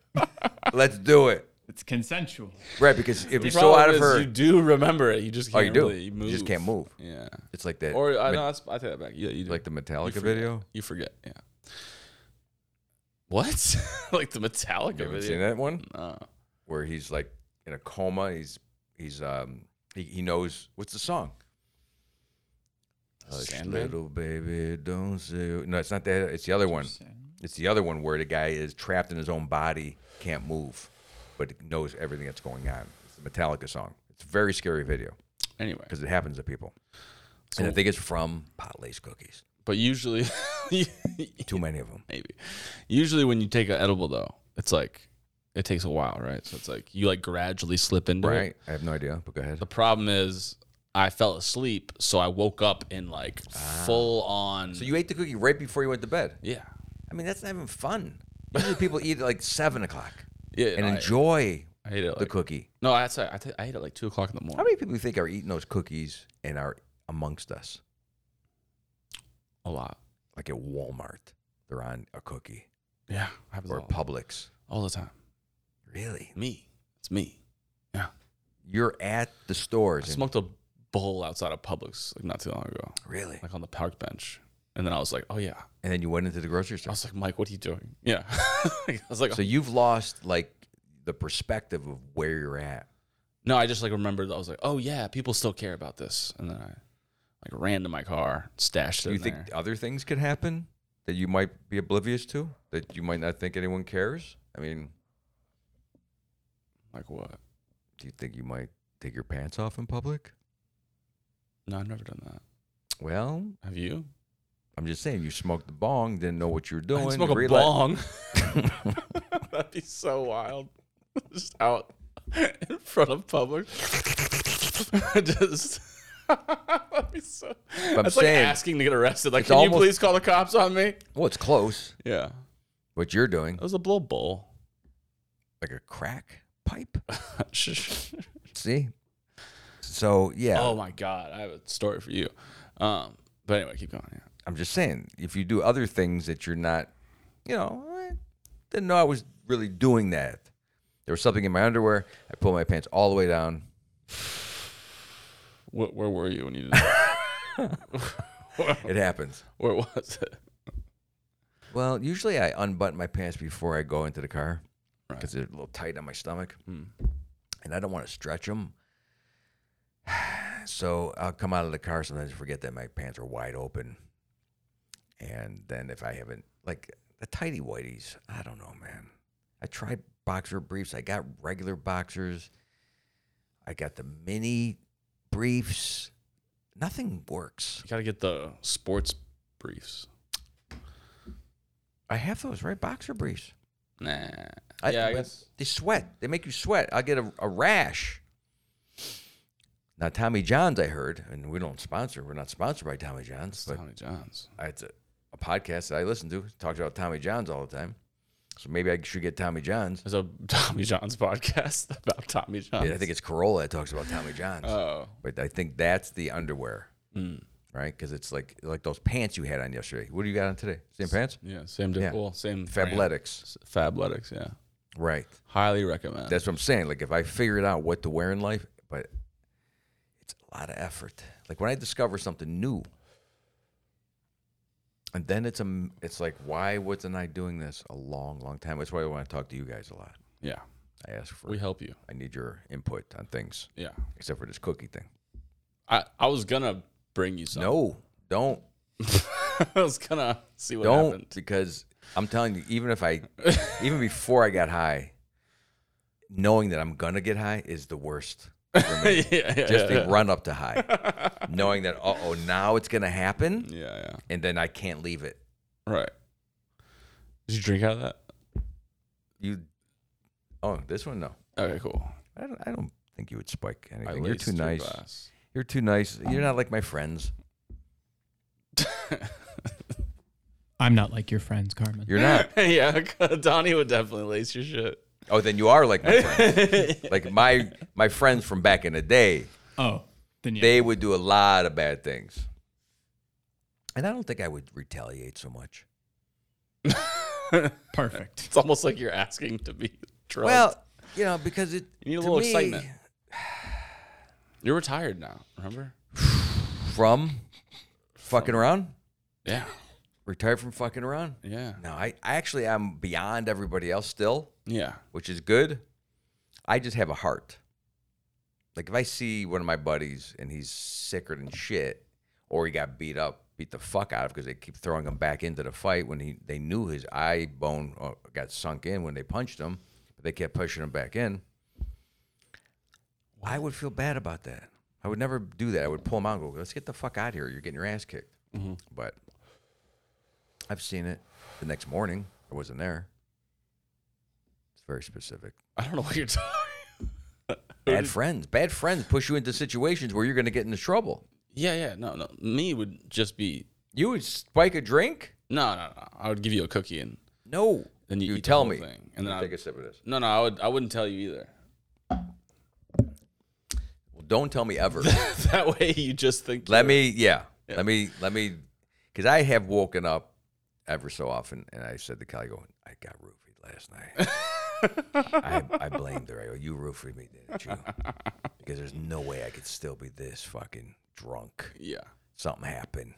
Speaker 1: let's do it.
Speaker 3: It's consensual.
Speaker 1: Right? Because if
Speaker 2: the
Speaker 1: you're so out of
Speaker 2: problem is
Speaker 1: her,
Speaker 2: You do remember it. You just
Speaker 1: Oh,
Speaker 2: can't
Speaker 1: you do.
Speaker 2: really move.
Speaker 1: You just can't move.
Speaker 2: Yeah.
Speaker 1: It's like that.
Speaker 2: Or I,
Speaker 1: me-
Speaker 2: no, that's, I take that back. Yeah, you do.
Speaker 1: like the
Speaker 2: You
Speaker 1: Metallica
Speaker 2: forget.
Speaker 1: video.
Speaker 2: You forget. Yeah. What? like the Metallica
Speaker 1: You haven't
Speaker 2: video? Oh,
Speaker 1: seen Oh, that one
Speaker 2: No.
Speaker 1: where he's like in a coma. He's he's um he, he knows what's the song. Hush,
Speaker 2: Sandman?
Speaker 1: Oh, little baby, don't say. No, it's not that. It's the other one. It's the other one where the guy is trapped in his own body, can't move, but knows everything that's going on. It's a Metallica song. It's a very scary video
Speaker 2: Anyway,
Speaker 1: because it happens to people. and I
Speaker 2: So-
Speaker 1: think it's from pot lace cookies.
Speaker 2: but usually,
Speaker 1: Too many of them.
Speaker 2: maybe. Usually, when you take an edible, though, it's like it takes a while, right? So it's like you like gradually slip into it.
Speaker 1: Right? I have no idea, but go ahead.
Speaker 2: The problem is, I fell asleep, so I woke up in like full on.
Speaker 1: Ah. So you ate the cookie right before you went to bed.
Speaker 2: yeah,
Speaker 1: I mean, that's not even fun. Usually people eat at like 7 o'clock
Speaker 2: yeah,
Speaker 1: and
Speaker 2: no, I-
Speaker 1: enjoy
Speaker 2: I, ate it. Like,
Speaker 1: the cookie.
Speaker 2: no, that's I t- I ate it like two o'clock in the morning.
Speaker 1: How many people do you think are eating those cookies and are amongst us?
Speaker 2: a lot.
Speaker 1: Like at Walmart, they're on a cookie
Speaker 2: Yeah, I have
Speaker 1: or
Speaker 2: all,
Speaker 1: Publix.
Speaker 2: all the time.
Speaker 1: Really?
Speaker 2: Me, it's me. Yeah,
Speaker 1: You're at the stores.
Speaker 2: I
Speaker 1: and-
Speaker 2: smoked a bowl outside of Publix like not too long ago,
Speaker 1: Really?
Speaker 2: like on the park bench. And then I was like, oh yeah.
Speaker 1: And then you went into the grocery
Speaker 2: I
Speaker 1: store.
Speaker 2: was like, Mike, what are you doing? Yeah. I was like,
Speaker 1: So you've lost like the perspective of where you're at.
Speaker 2: No, I just like remembered. I was like, oh yeah, people still care about this, and then I like ran to my car, stashed it.
Speaker 1: Do you
Speaker 2: in
Speaker 1: think
Speaker 2: there.
Speaker 1: other things could happen that you might be oblivious to? That you might not think anyone cares? I mean,
Speaker 2: like what?
Speaker 1: do you think you might take your pants off in public?
Speaker 2: No, I've never done that.
Speaker 1: Well,
Speaker 2: Have you?
Speaker 1: I'm just saying you smoked the bong, didn't know what you were doing.
Speaker 2: I
Speaker 1: you
Speaker 2: smoke a
Speaker 1: realize-
Speaker 2: bong. That'd be so wild. Just out in front of public. just. That'd be so.
Speaker 1: I'm
Speaker 2: That's
Speaker 1: saying,
Speaker 2: like asking to get arrested. Like,
Speaker 1: it's
Speaker 2: can you
Speaker 1: almost-
Speaker 2: please call the cops on me?
Speaker 1: Well, it's close.
Speaker 2: Yeah,
Speaker 1: What you're doing,
Speaker 2: it was a blow bowl.
Speaker 1: like a crack pipe.
Speaker 2: Shush.
Speaker 1: See? So yeah,
Speaker 2: Oh my god, I have a story for you. Um, but anyway, keep going. Yeah.
Speaker 1: I'm just saying if you do other things that you're not, you know, I didn't know I was really doing that. There was something in my underwear. I pulled my pants all the way down.
Speaker 2: Where, where were you when you did that?
Speaker 1: It happens.
Speaker 2: where was it?
Speaker 1: Well, usually I unbutton my pants before I go into the car because they're a little tight on my stomach, and I don't want to stretch them. So I'll come out of the car sometimes and forget that my pants are wide open, and then if I haven't like the tidy whities, I don't know, man. I tried boxer briefs. I got regular boxers. I got the mini briefs. Nothing works.
Speaker 2: You gotta get the sports briefs.
Speaker 1: I have those right boxer briefs.
Speaker 2: Nah.
Speaker 1: I-
Speaker 2: yeah, I
Speaker 1: but
Speaker 2: guess.
Speaker 1: they sweat. They make you sweat. I get a, a rash. Now Tommy John's, I heard, and we don't sponsor. We're not sponsored by Tommy John's, but
Speaker 2: Tommy John's.
Speaker 1: it's a, a podcast that I listen to talks about Tommy John's all the time. So maybe I should get Tommy John's.
Speaker 2: There's a Tommy John's podcast about Tommy John's.
Speaker 1: Yeah, I think it's Corolla that talks about Tommy John's,
Speaker 2: Oh.
Speaker 1: but I think that's the underwear,
Speaker 2: Mm.
Speaker 1: right? Because it's like like those pants you had on yesterday. What do you got on today? Same pants?
Speaker 2: Yeah, same. Di-
Speaker 1: Yeah.
Speaker 2: Well, same. brand.
Speaker 1: Fabletics.
Speaker 2: S- Fabletics. Yeah.
Speaker 1: Right.
Speaker 2: Highly recommend.
Speaker 1: That's what I'm saying. Like if I figured out what to wear in life, but it's a lot of effort. Like when I discover something new, and then it's a, it's like why wasn't I doing this a long, long time? That's why I want to talk to you guys a lot.
Speaker 2: yeah.
Speaker 1: I ask for,
Speaker 2: We help you.
Speaker 1: I need your input on things,
Speaker 2: Yeah.
Speaker 1: except for this cookie thing.
Speaker 2: I, I was gonna bring you some.
Speaker 1: No, don't,
Speaker 2: I was gonna see what
Speaker 1: don't,
Speaker 2: happened.
Speaker 1: because I'm telling you, even if I, even before I got high, knowing that I'm gonna get high is the worst.
Speaker 2: yeah, yeah,
Speaker 1: just
Speaker 2: yeah.
Speaker 1: the run up to high, knowing that uh oh now it's gonna happen,
Speaker 2: yeah, yeah.
Speaker 1: and then I can't leave it.
Speaker 2: Right. Did you drink out of that?
Speaker 1: You, oh this one no,
Speaker 2: Okay, cool.
Speaker 1: I don't, I don't think you would spike
Speaker 2: I
Speaker 1: anything. You're
Speaker 2: laced
Speaker 1: too
Speaker 2: your
Speaker 1: nice.
Speaker 2: glass.
Speaker 1: You're too nice. You're not like my friends.
Speaker 3: I'm not like your friends, Carmen.
Speaker 1: You're not.
Speaker 2: yeah, Donnie would definitely lace your shit.
Speaker 1: Oh, then you are like my friends. like my my friends from back in the day,
Speaker 3: oh, then yeah.
Speaker 1: they would do a lot of bad things, and I don't think I would retaliate so much.
Speaker 3: Perfect.
Speaker 2: It's almost like you're asking to be drugged.
Speaker 1: Well, you know, because it
Speaker 2: You need
Speaker 1: to
Speaker 2: a little
Speaker 1: me,
Speaker 2: excitement. you're retired now. Remember?
Speaker 1: from fucking around.
Speaker 2: Yeah,
Speaker 1: Retired from fucking around.
Speaker 2: yeah,
Speaker 1: No, I, I actually I'm beyond everybody else still,
Speaker 2: yeah.
Speaker 1: which is good. I just have a heart. Like if I see one of my buddies and he's sicker than shit, or he got beat up, beat the fuck out of because they keep throwing him back into the fight when he they knew his eye bone uh, got sunk in when they punched him, but they kept pushing him back in. I would feel bad about that. I would never do that. I would pull him out and go, "Let's get the fuck out of here. You're getting your ass kicked." But I've seen it. The next morning, I wasn't there. It's very specific.
Speaker 2: I don't know what you're talking.
Speaker 1: Bad friends. Bad friends push you into situations where you're going to get into trouble.
Speaker 2: Yeah, yeah. No, no. Me would just be
Speaker 1: You would spike a drink?
Speaker 2: no, no, no. I would give you a cookie and
Speaker 1: No.
Speaker 2: then you,
Speaker 1: You
Speaker 2: eat the
Speaker 1: tell
Speaker 2: whole
Speaker 1: me.
Speaker 2: thing. and then I
Speaker 1: Take a sip of this.
Speaker 2: no, no. I would. I wouldn't tell you either.
Speaker 1: Well, don't tell me ever.
Speaker 2: that way, you just think.
Speaker 1: let me, yeah, Let me, let me, because I have woken up ever so often and I said to Kelly, "Go, I got roofied last night. I, I blamed her. I go, you roofied me, didn't you? Because there's no way I could still be this fucking drunk.
Speaker 2: Yeah.
Speaker 1: something happened.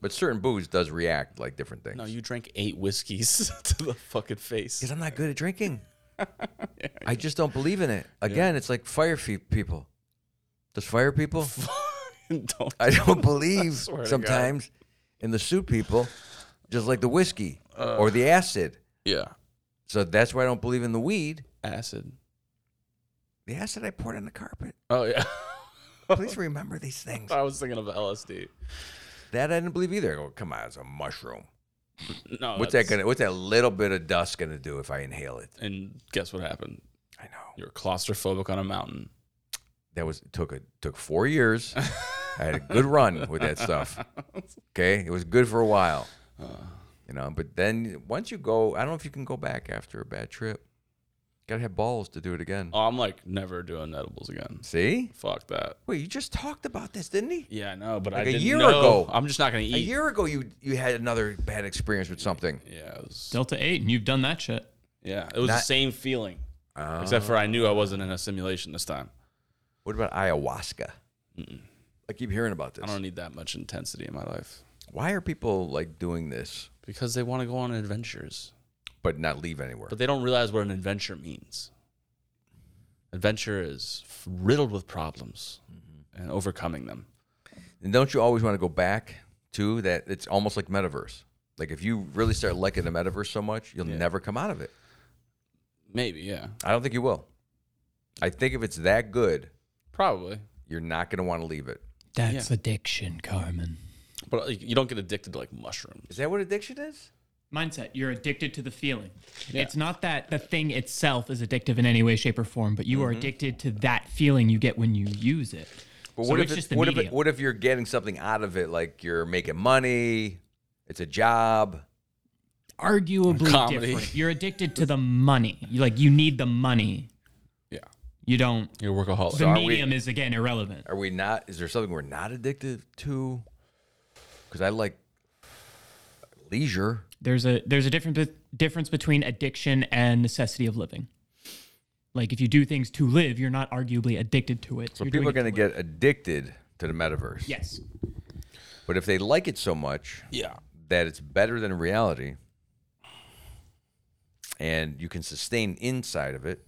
Speaker 1: But certain booze does react like different things.
Speaker 2: No, you drank eight whiskeys to the fucking face.
Speaker 1: Because I'm not good at drinking. I just don't believe in it. Again, it's like fire fe- people. There's fire people.
Speaker 2: Don't.
Speaker 1: I don't believe
Speaker 2: swear to God.
Speaker 1: sometimes in the soup people, just like the whiskey
Speaker 2: Uh.
Speaker 1: or the acid.
Speaker 2: Yeah.
Speaker 1: So that's why I don't believe in the weed.
Speaker 2: Acid.
Speaker 1: The acid I poured on the carpet.
Speaker 2: Oh yeah.
Speaker 1: Please remember these things.
Speaker 2: I was thinking of LSD.
Speaker 1: That I didn't believe either. I go, come on, it's a mushroom.
Speaker 2: No.
Speaker 1: What's that gonna? What's that little bit of dust gonna do if I inhale it?
Speaker 2: And guess what happened?
Speaker 1: I know.
Speaker 2: You're claustrophobic on a mountain.
Speaker 1: that was it took a took four years. I had a good run with that stuff. Okay, it was good for a while, you know. But then once you go, I don't know if you can go back after a bad trip. Gotta have balls to do it again.
Speaker 2: Oh, I'm like never doing edibles again.
Speaker 1: See?
Speaker 2: Fuck that.
Speaker 1: Wait, you just talked about this, didn't he?
Speaker 2: Yeah, I know, but I
Speaker 1: Like a
Speaker 2: didn't
Speaker 1: year
Speaker 2: know.
Speaker 1: ago.
Speaker 2: I'm just not gonna eat.
Speaker 1: A year ago, you you had another bad experience with something.
Speaker 2: Yeah, it was,
Speaker 3: Delta 8, and you've done that shit.
Speaker 2: yeah, it was the
Speaker 1: Not-
Speaker 2: same feeling, except for I knew I wasn't in a simulation this time.
Speaker 1: What about ayahuasca? I keep hearing about
Speaker 2: I
Speaker 1: this.
Speaker 2: don't need that much intensity in my life
Speaker 1: Why are people like doing this
Speaker 2: because they want to go on adventures,
Speaker 1: but not leave anywhere?
Speaker 2: but they don't realize what an adventure means. Adventure is f- riddled with problems and overcoming them.
Speaker 1: And don't you always want to go back to that? It's almost like metaverse. Like if you really start liking the metaverse so much, you'll never come out of it.
Speaker 2: Maybe, yeah,
Speaker 1: I don't think you will. I think if it's that good,
Speaker 2: probably,
Speaker 1: you're not going to want to leave it.
Speaker 3: That's addiction, Carmen.
Speaker 2: but like, you don't get addicted to like mushrooms.
Speaker 1: Is that what addiction is?
Speaker 3: Mindset. You're addicted to the feeling. It's not that the thing itself is addictive in any way, shape, or form, but you
Speaker 1: Mm-hmm.
Speaker 3: are addicted to that feeling you get when you use it.
Speaker 1: But
Speaker 3: So
Speaker 1: what
Speaker 3: it's
Speaker 1: if it-
Speaker 3: just the
Speaker 1: what if it,
Speaker 3: medium.
Speaker 1: what if you're getting something out of it? Like you're making money, it's a job.
Speaker 3: Arguably
Speaker 2: Comedy.
Speaker 3: different. You're addicted to the money. You like you need the money.
Speaker 2: Yeah,
Speaker 3: You don't.
Speaker 2: you're a workaholic.
Speaker 3: The
Speaker 1: are we-
Speaker 3: medium is again irrelevant.
Speaker 1: Are we not? Is there something we're not addicted to? Because I like leisure.
Speaker 3: There's a there's a different difference between addiction and necessity of living. Like if you do things to live, you're not arguably addicted to it.
Speaker 1: So
Speaker 3: You're
Speaker 1: people are
Speaker 3: doing
Speaker 1: going to
Speaker 3: it
Speaker 1: get addicted to the metaverse.
Speaker 3: live. yes.
Speaker 1: But if they like it so much
Speaker 2: Yeah.
Speaker 1: that it's better than reality and you can sustain inside of it,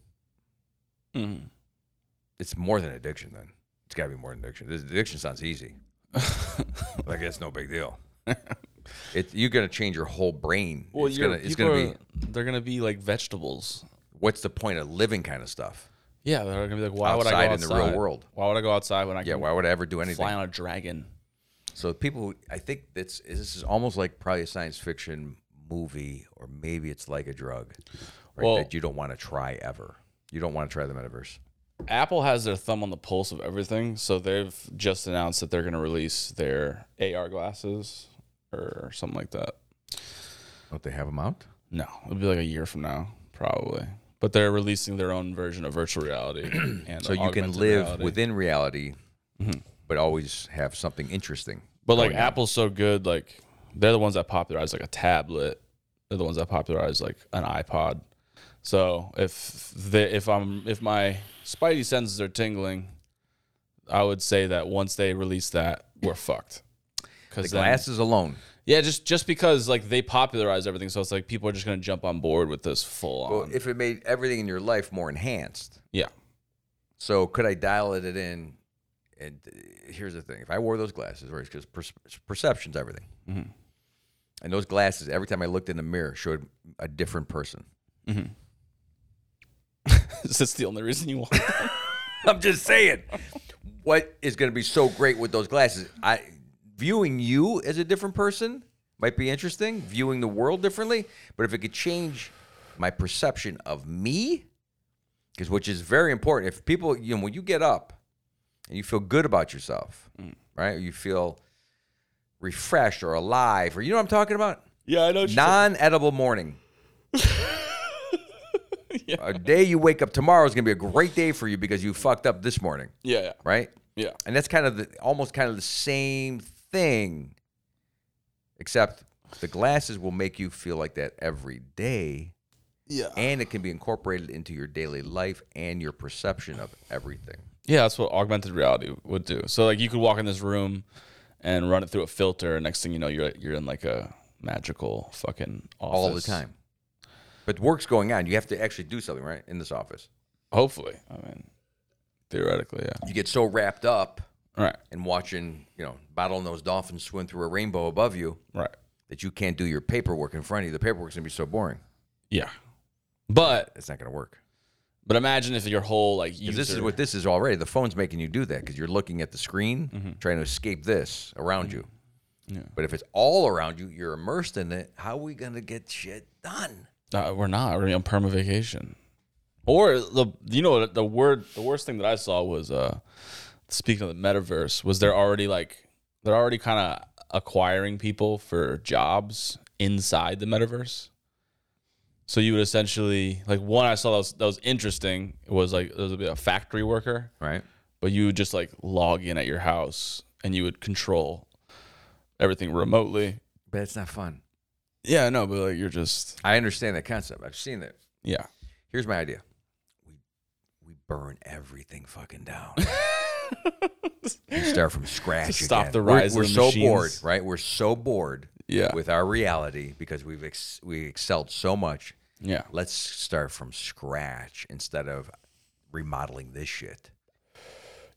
Speaker 2: Mm.
Speaker 1: it's more than addiction then. It's got to be more than addiction. This addiction sounds easy. like that's no big deal. It, you're going to change your whole brain.
Speaker 2: Well,
Speaker 1: it's
Speaker 2: you're,
Speaker 1: going to it's
Speaker 2: people
Speaker 1: going to
Speaker 2: are-
Speaker 1: be
Speaker 2: they're gonna be like vegetables.
Speaker 1: what's the point of living kind of stuff?
Speaker 2: Yeah, they're gonna be like, why would I
Speaker 1: Outside
Speaker 2: go
Speaker 1: in the
Speaker 2: outside
Speaker 1: real world.
Speaker 2: Why would I go outside when I
Speaker 1: Yeah,
Speaker 2: can
Speaker 1: why would I ever do anything?
Speaker 2: fly on a dragon?
Speaker 1: So people, who- I think that's this is almost like probably a science fiction movie, or maybe it's like a drug, right?
Speaker 2: Well-
Speaker 1: that you don't want to try ever. You don't want to try the metaverse.
Speaker 2: Apple has their thumb on the pulse of everything, so they've just announced that they're gonna release their AR glasses or something like that.
Speaker 1: Don't they have them out?
Speaker 2: No, it'll be like a year from now, probably. But they're releasing their own version of virtual reality, and
Speaker 1: So you can
Speaker 2: augmented
Speaker 1: live
Speaker 2: reality.
Speaker 1: within reality, but always have something interesting.
Speaker 2: But like
Speaker 1: going on.
Speaker 2: Apple's so good, like they're the ones that popularized like a tablet. They're the ones that popularized like an iPod. So if the if I'm if my spidey senses are tingling, I would say that once they release that, we're fucked.
Speaker 1: the
Speaker 2: Because
Speaker 1: glasses alone.
Speaker 2: yeah, just just because like they popularize everything, so it's like people are just gonna jump on board with this full on.
Speaker 1: Well, if it made everything in your life more enhanced,
Speaker 2: yeah,
Speaker 1: so could I dial it in? And uh, here's the thing: if I wore those glasses, right? Because perception's everything.
Speaker 2: Mhm.
Speaker 1: And those glasses, every time I looked in the mirror, showed a different person.
Speaker 2: that's the only reason you want.
Speaker 1: I'm just saying. What is going to be so great with those glasses? I viewing you as a different person might be interesting, viewing the world differently, but if it could change my perception of me, because which is very important. If people, you know, when you get up and you feel good about yourself, right? You feel refreshed or alive, or you know what I'm talking about?
Speaker 2: yeah, I know.
Speaker 1: Non-edible morning. A day you wake up tomorrow is going to be a great day for you because you fucked up this morning,
Speaker 2: Yeah, yeah,
Speaker 1: right?
Speaker 2: yeah.
Speaker 1: And that's kind of the, almost kind of the same thing, except the glasses will make you feel like that every day,
Speaker 2: Yeah.
Speaker 1: and it can be incorporated into your daily life and your perception of everything.
Speaker 2: Yeah, that's what augmented reality would do. So like you could walk in this room and run it through a filter, and next thing you know, you're you're in like a magical fucking office
Speaker 1: all the time. But work's going on. You have to actually do something, right? In this office,
Speaker 2: Hopefully, I mean, theoretically, yeah.
Speaker 1: you get so wrapped up
Speaker 2: Right,
Speaker 1: in watching, you know, bottlenose dolphins swim through a rainbow above you
Speaker 2: right,
Speaker 1: that you can't do your paperwork in front of you. The paperwork's gonna be so boring.
Speaker 2: yeah. But
Speaker 1: It's not gonna work.
Speaker 2: but imagine if your whole like user,
Speaker 1: Because this is what this is already. The phone's making you do that because you're looking at the screen, trying to escape this around you.
Speaker 2: Mm-hmm. Yeah.
Speaker 1: But if it's all around you, you're immersed in it. How are we gonna get shit done?
Speaker 2: Uh, we're not already on perma vacation. Or the you know the word the worst thing that I saw was uh speaking of the metaverse was they're already like they're already kind of acquiring people for jobs inside the metaverse. So you would essentially like one I saw that was, that was interesting was like there was a factory worker
Speaker 1: Right.
Speaker 2: but you would just like log in at your house and you would control everything remotely.
Speaker 1: But it's not fun.
Speaker 2: Yeah, no, but like you're just
Speaker 1: I understand that concept. I've seen it.
Speaker 2: yeah.
Speaker 1: Here's my idea. We we burn everything fucking down. we start from scratch.
Speaker 2: To stop
Speaker 1: again.
Speaker 2: the
Speaker 1: We're-
Speaker 2: rise of
Speaker 1: We're,
Speaker 2: the
Speaker 1: so
Speaker 2: machines.
Speaker 1: bored, right? We're so bored
Speaker 2: Yeah.
Speaker 1: with our reality because we've ex- we excelled so much.
Speaker 2: yeah.
Speaker 1: Let's start from scratch instead of remodeling this shit.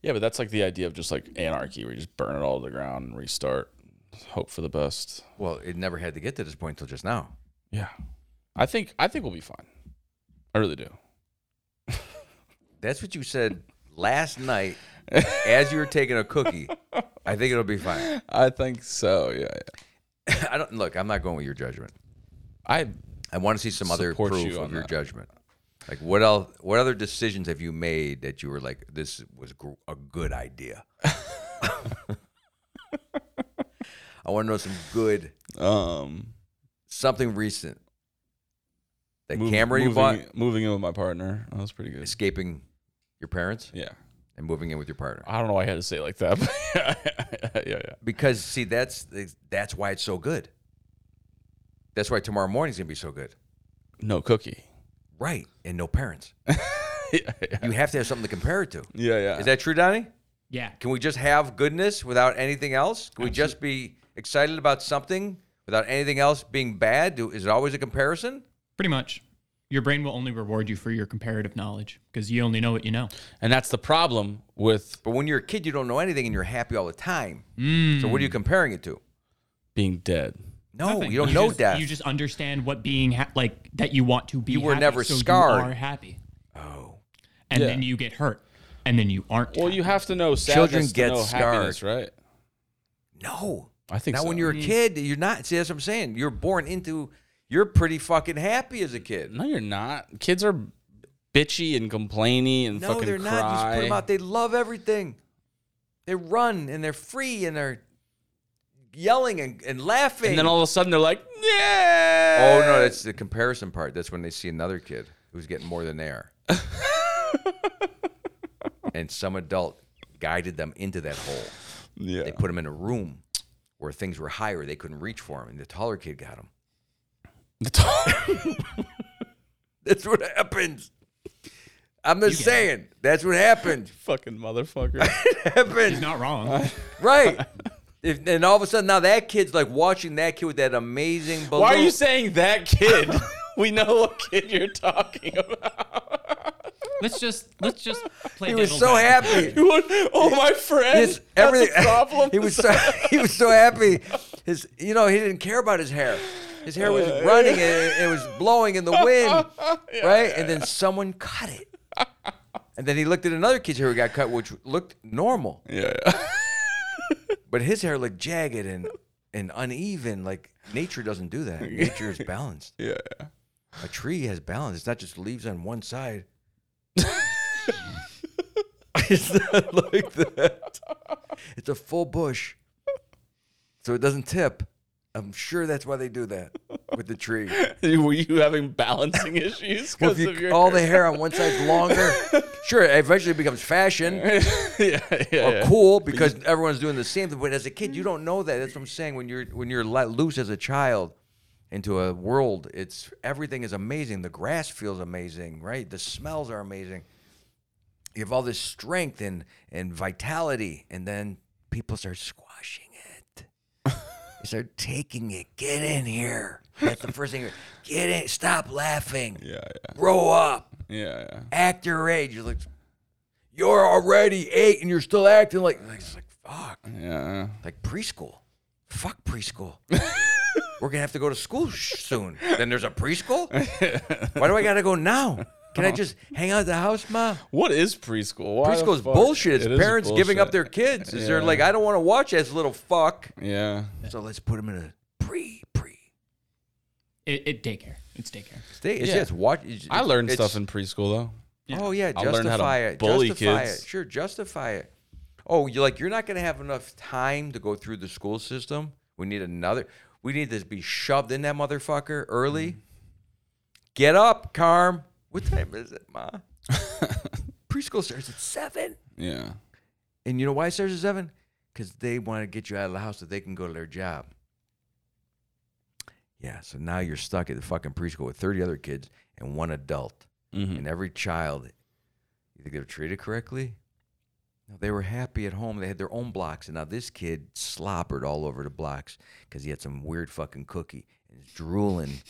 Speaker 2: Yeah, but that's like the idea of just like anarchy, where you just burn it all to the ground and restart, hope for the best.
Speaker 1: Well, it never had to get to this point until just now.
Speaker 2: Yeah, I think I think we'll be fine. I really do.
Speaker 1: That's what you said last night as you were taking a cookie. I think it'll be fine.
Speaker 2: I think so. Yeah, yeah.
Speaker 1: I don't look. I'm not going with your judgment.
Speaker 2: I
Speaker 1: I want to see some other
Speaker 2: Support
Speaker 1: proof
Speaker 2: you
Speaker 1: of
Speaker 2: on
Speaker 1: your
Speaker 2: that.
Speaker 1: judgment. Like what else? What other decisions have you made that you were like, this was gr- a good idea? I want to know some good,
Speaker 2: um
Speaker 1: something recent. That
Speaker 2: move-
Speaker 1: camera you
Speaker 2: moving,
Speaker 1: bought,
Speaker 2: moving in with my partner. That was pretty good.
Speaker 1: escaping your parents
Speaker 2: Yeah,
Speaker 1: and moving in with your partner.
Speaker 2: I don't know why I had to say it like that. But yeah, yeah, yeah.
Speaker 1: Because see, that's that's why it's so good. That's why tomorrow morning's gonna be so good,
Speaker 2: No cookie.
Speaker 1: right? And no parents. You have to have something to compare it to.
Speaker 2: Yeah, yeah.
Speaker 1: Is that true, Donnie?
Speaker 3: Yeah.
Speaker 1: Can we just have goodness without anything else? Can we just be excited about something without anything else being bad? Do, is it always a comparison?
Speaker 3: Pretty much. Your brain will only reward you for your comparative knowledge because you only know what you know.
Speaker 2: and that's the problem with
Speaker 1: But when you're a kid, you don't know anything and you're happy all the time. So
Speaker 2: Mm.
Speaker 1: what are you comparing it to?
Speaker 2: being dead.
Speaker 1: No,
Speaker 3: Nothing.
Speaker 1: Oh, you don't know
Speaker 3: just,
Speaker 1: death.
Speaker 3: You just understand what being ha- like that you want to be.
Speaker 1: You were
Speaker 3: happy,
Speaker 1: never
Speaker 3: so
Speaker 1: scarred.
Speaker 3: You are happy,
Speaker 1: oh,
Speaker 3: and
Speaker 2: Yeah.
Speaker 3: then you get hurt, and then you aren't.
Speaker 2: Well,
Speaker 3: happy.
Speaker 2: you have to know sadness
Speaker 1: Children
Speaker 2: to
Speaker 1: get
Speaker 2: know happiness,
Speaker 1: scarred.
Speaker 2: right?
Speaker 1: no.
Speaker 2: I think
Speaker 1: Now,
Speaker 2: so. Mm.
Speaker 1: when you're a kid, you're not. See, that's what I'm saying. You're born into. You're pretty fucking happy as a kid.
Speaker 2: No, you're not. Kids are bitchy and complainy and
Speaker 1: No,
Speaker 2: fucking
Speaker 1: they're
Speaker 2: cry.
Speaker 1: not. You just put them out. They love everything. They run and they're free and they're yelling and, and laughing.
Speaker 2: and then all of a sudden they're like,
Speaker 1: oh
Speaker 2: yeah.
Speaker 1: no, that's the comparison part. That's when they see another kid who's getting more than they are, and some adult guided them into that hole.
Speaker 2: yeah.
Speaker 1: They put him in a room where things were higher. They couldn't reach for him, and the taller kid got him. That's what happens. I'm just saying. That's what happened.
Speaker 2: fucking motherfucker.
Speaker 1: happened.
Speaker 3: He's not wrong.
Speaker 1: right. If, and all of a sudden, now that kid's like watching that kid with that amazing balloon.
Speaker 2: Why are you saying that kid? we know what kid you're talking about.
Speaker 3: let's just let's just play.
Speaker 1: He was
Speaker 3: devil's
Speaker 1: so
Speaker 3: advocate.
Speaker 1: happy.
Speaker 2: You want- oh, my friend.
Speaker 1: His
Speaker 2: That's
Speaker 1: everything.
Speaker 2: a problem.
Speaker 1: he was so he was so happy. His you know he didn't care about his hair. His hair
Speaker 2: Uh,
Speaker 1: was running and it, it was blowing in the wind, right? and then someone cut it. And then he looked at another kid's hair who got cut, which looked normal,
Speaker 2: yeah, yeah.
Speaker 1: but his hair looked jagged and and uneven. Like nature doesn't do that. Nature is balanced.
Speaker 2: yeah.
Speaker 1: A tree has balance. It's not just leaves on one side. it's not like that. It's a full bush. So it doesn't tip. I'm sure that's why they do that with the tree.
Speaker 2: Were you having balancing issues
Speaker 1: Well,
Speaker 2: because
Speaker 1: if you-
Speaker 2: of your
Speaker 1: all the hair on one side's longer, sure, it eventually becomes fashion
Speaker 2: yeah, yeah,
Speaker 1: or
Speaker 2: yeah.
Speaker 1: cool because everyone's doing the same thing. But as a kid, you don't know that. That's what I'm saying. When you're when you're let loose as a child into a world, it's everything is amazing. The grass feels amazing, right? The smells are amazing. You have all this strength and and vitality, and then people start squashing it. they start taking it. Get in here. That's the first thing. Get in. Stop laughing.
Speaker 2: Yeah, yeah,
Speaker 1: Grow up
Speaker 2: yeah, yeah.
Speaker 1: act your age. You're like, you're already eight and you're still acting like, like it's like fuck,
Speaker 2: Yeah.
Speaker 1: like preschool. Fuck preschool. We're gonna have to go to school sh- soon. Then there's a preschool. Why do I gotta go now? Can I just hang out at the house, ma?
Speaker 2: What is preschool? Why the
Speaker 1: Preschool's
Speaker 2: fuck?
Speaker 1: bullshit. It's
Speaker 2: It is
Speaker 1: parents giving up their
Speaker 2: bullshit.
Speaker 1: kids. Is they're
Speaker 2: Yeah.
Speaker 1: like, I don't want to watch this little fuck.
Speaker 2: Yeah.
Speaker 1: So let's put them in a pre pre.
Speaker 3: It, it daycare. It's daycare.
Speaker 1: Stay. It's
Speaker 2: Yeah.
Speaker 1: just watch. it's-
Speaker 2: I learned
Speaker 1: it's-
Speaker 2: stuff in preschool though.
Speaker 1: Oh yeah,
Speaker 2: I
Speaker 1: justify
Speaker 2: learned how to
Speaker 1: it.
Speaker 2: bully
Speaker 1: justify
Speaker 2: kids.
Speaker 1: it. Sure, justify it. Oh, you're like you're not going to have enough time to go through the school system. We need another. We need to be shoved in that motherfucker early.
Speaker 2: Mm-hmm.
Speaker 1: Get up, Carm. What time is it, Ma? Preschool starts at seven.
Speaker 2: Yeah.
Speaker 1: And you know why it starts at seven? Because they want to get you out of the house so they can go to their job. Yeah, so now you're stuck at the fucking preschool with 30 other kids and one adult. And every child, you think they were treated correctly? No, they were happy at home. They had their own blocks. And now this kid slobbered all over the blocks because he had some weird fucking cookie and is drooling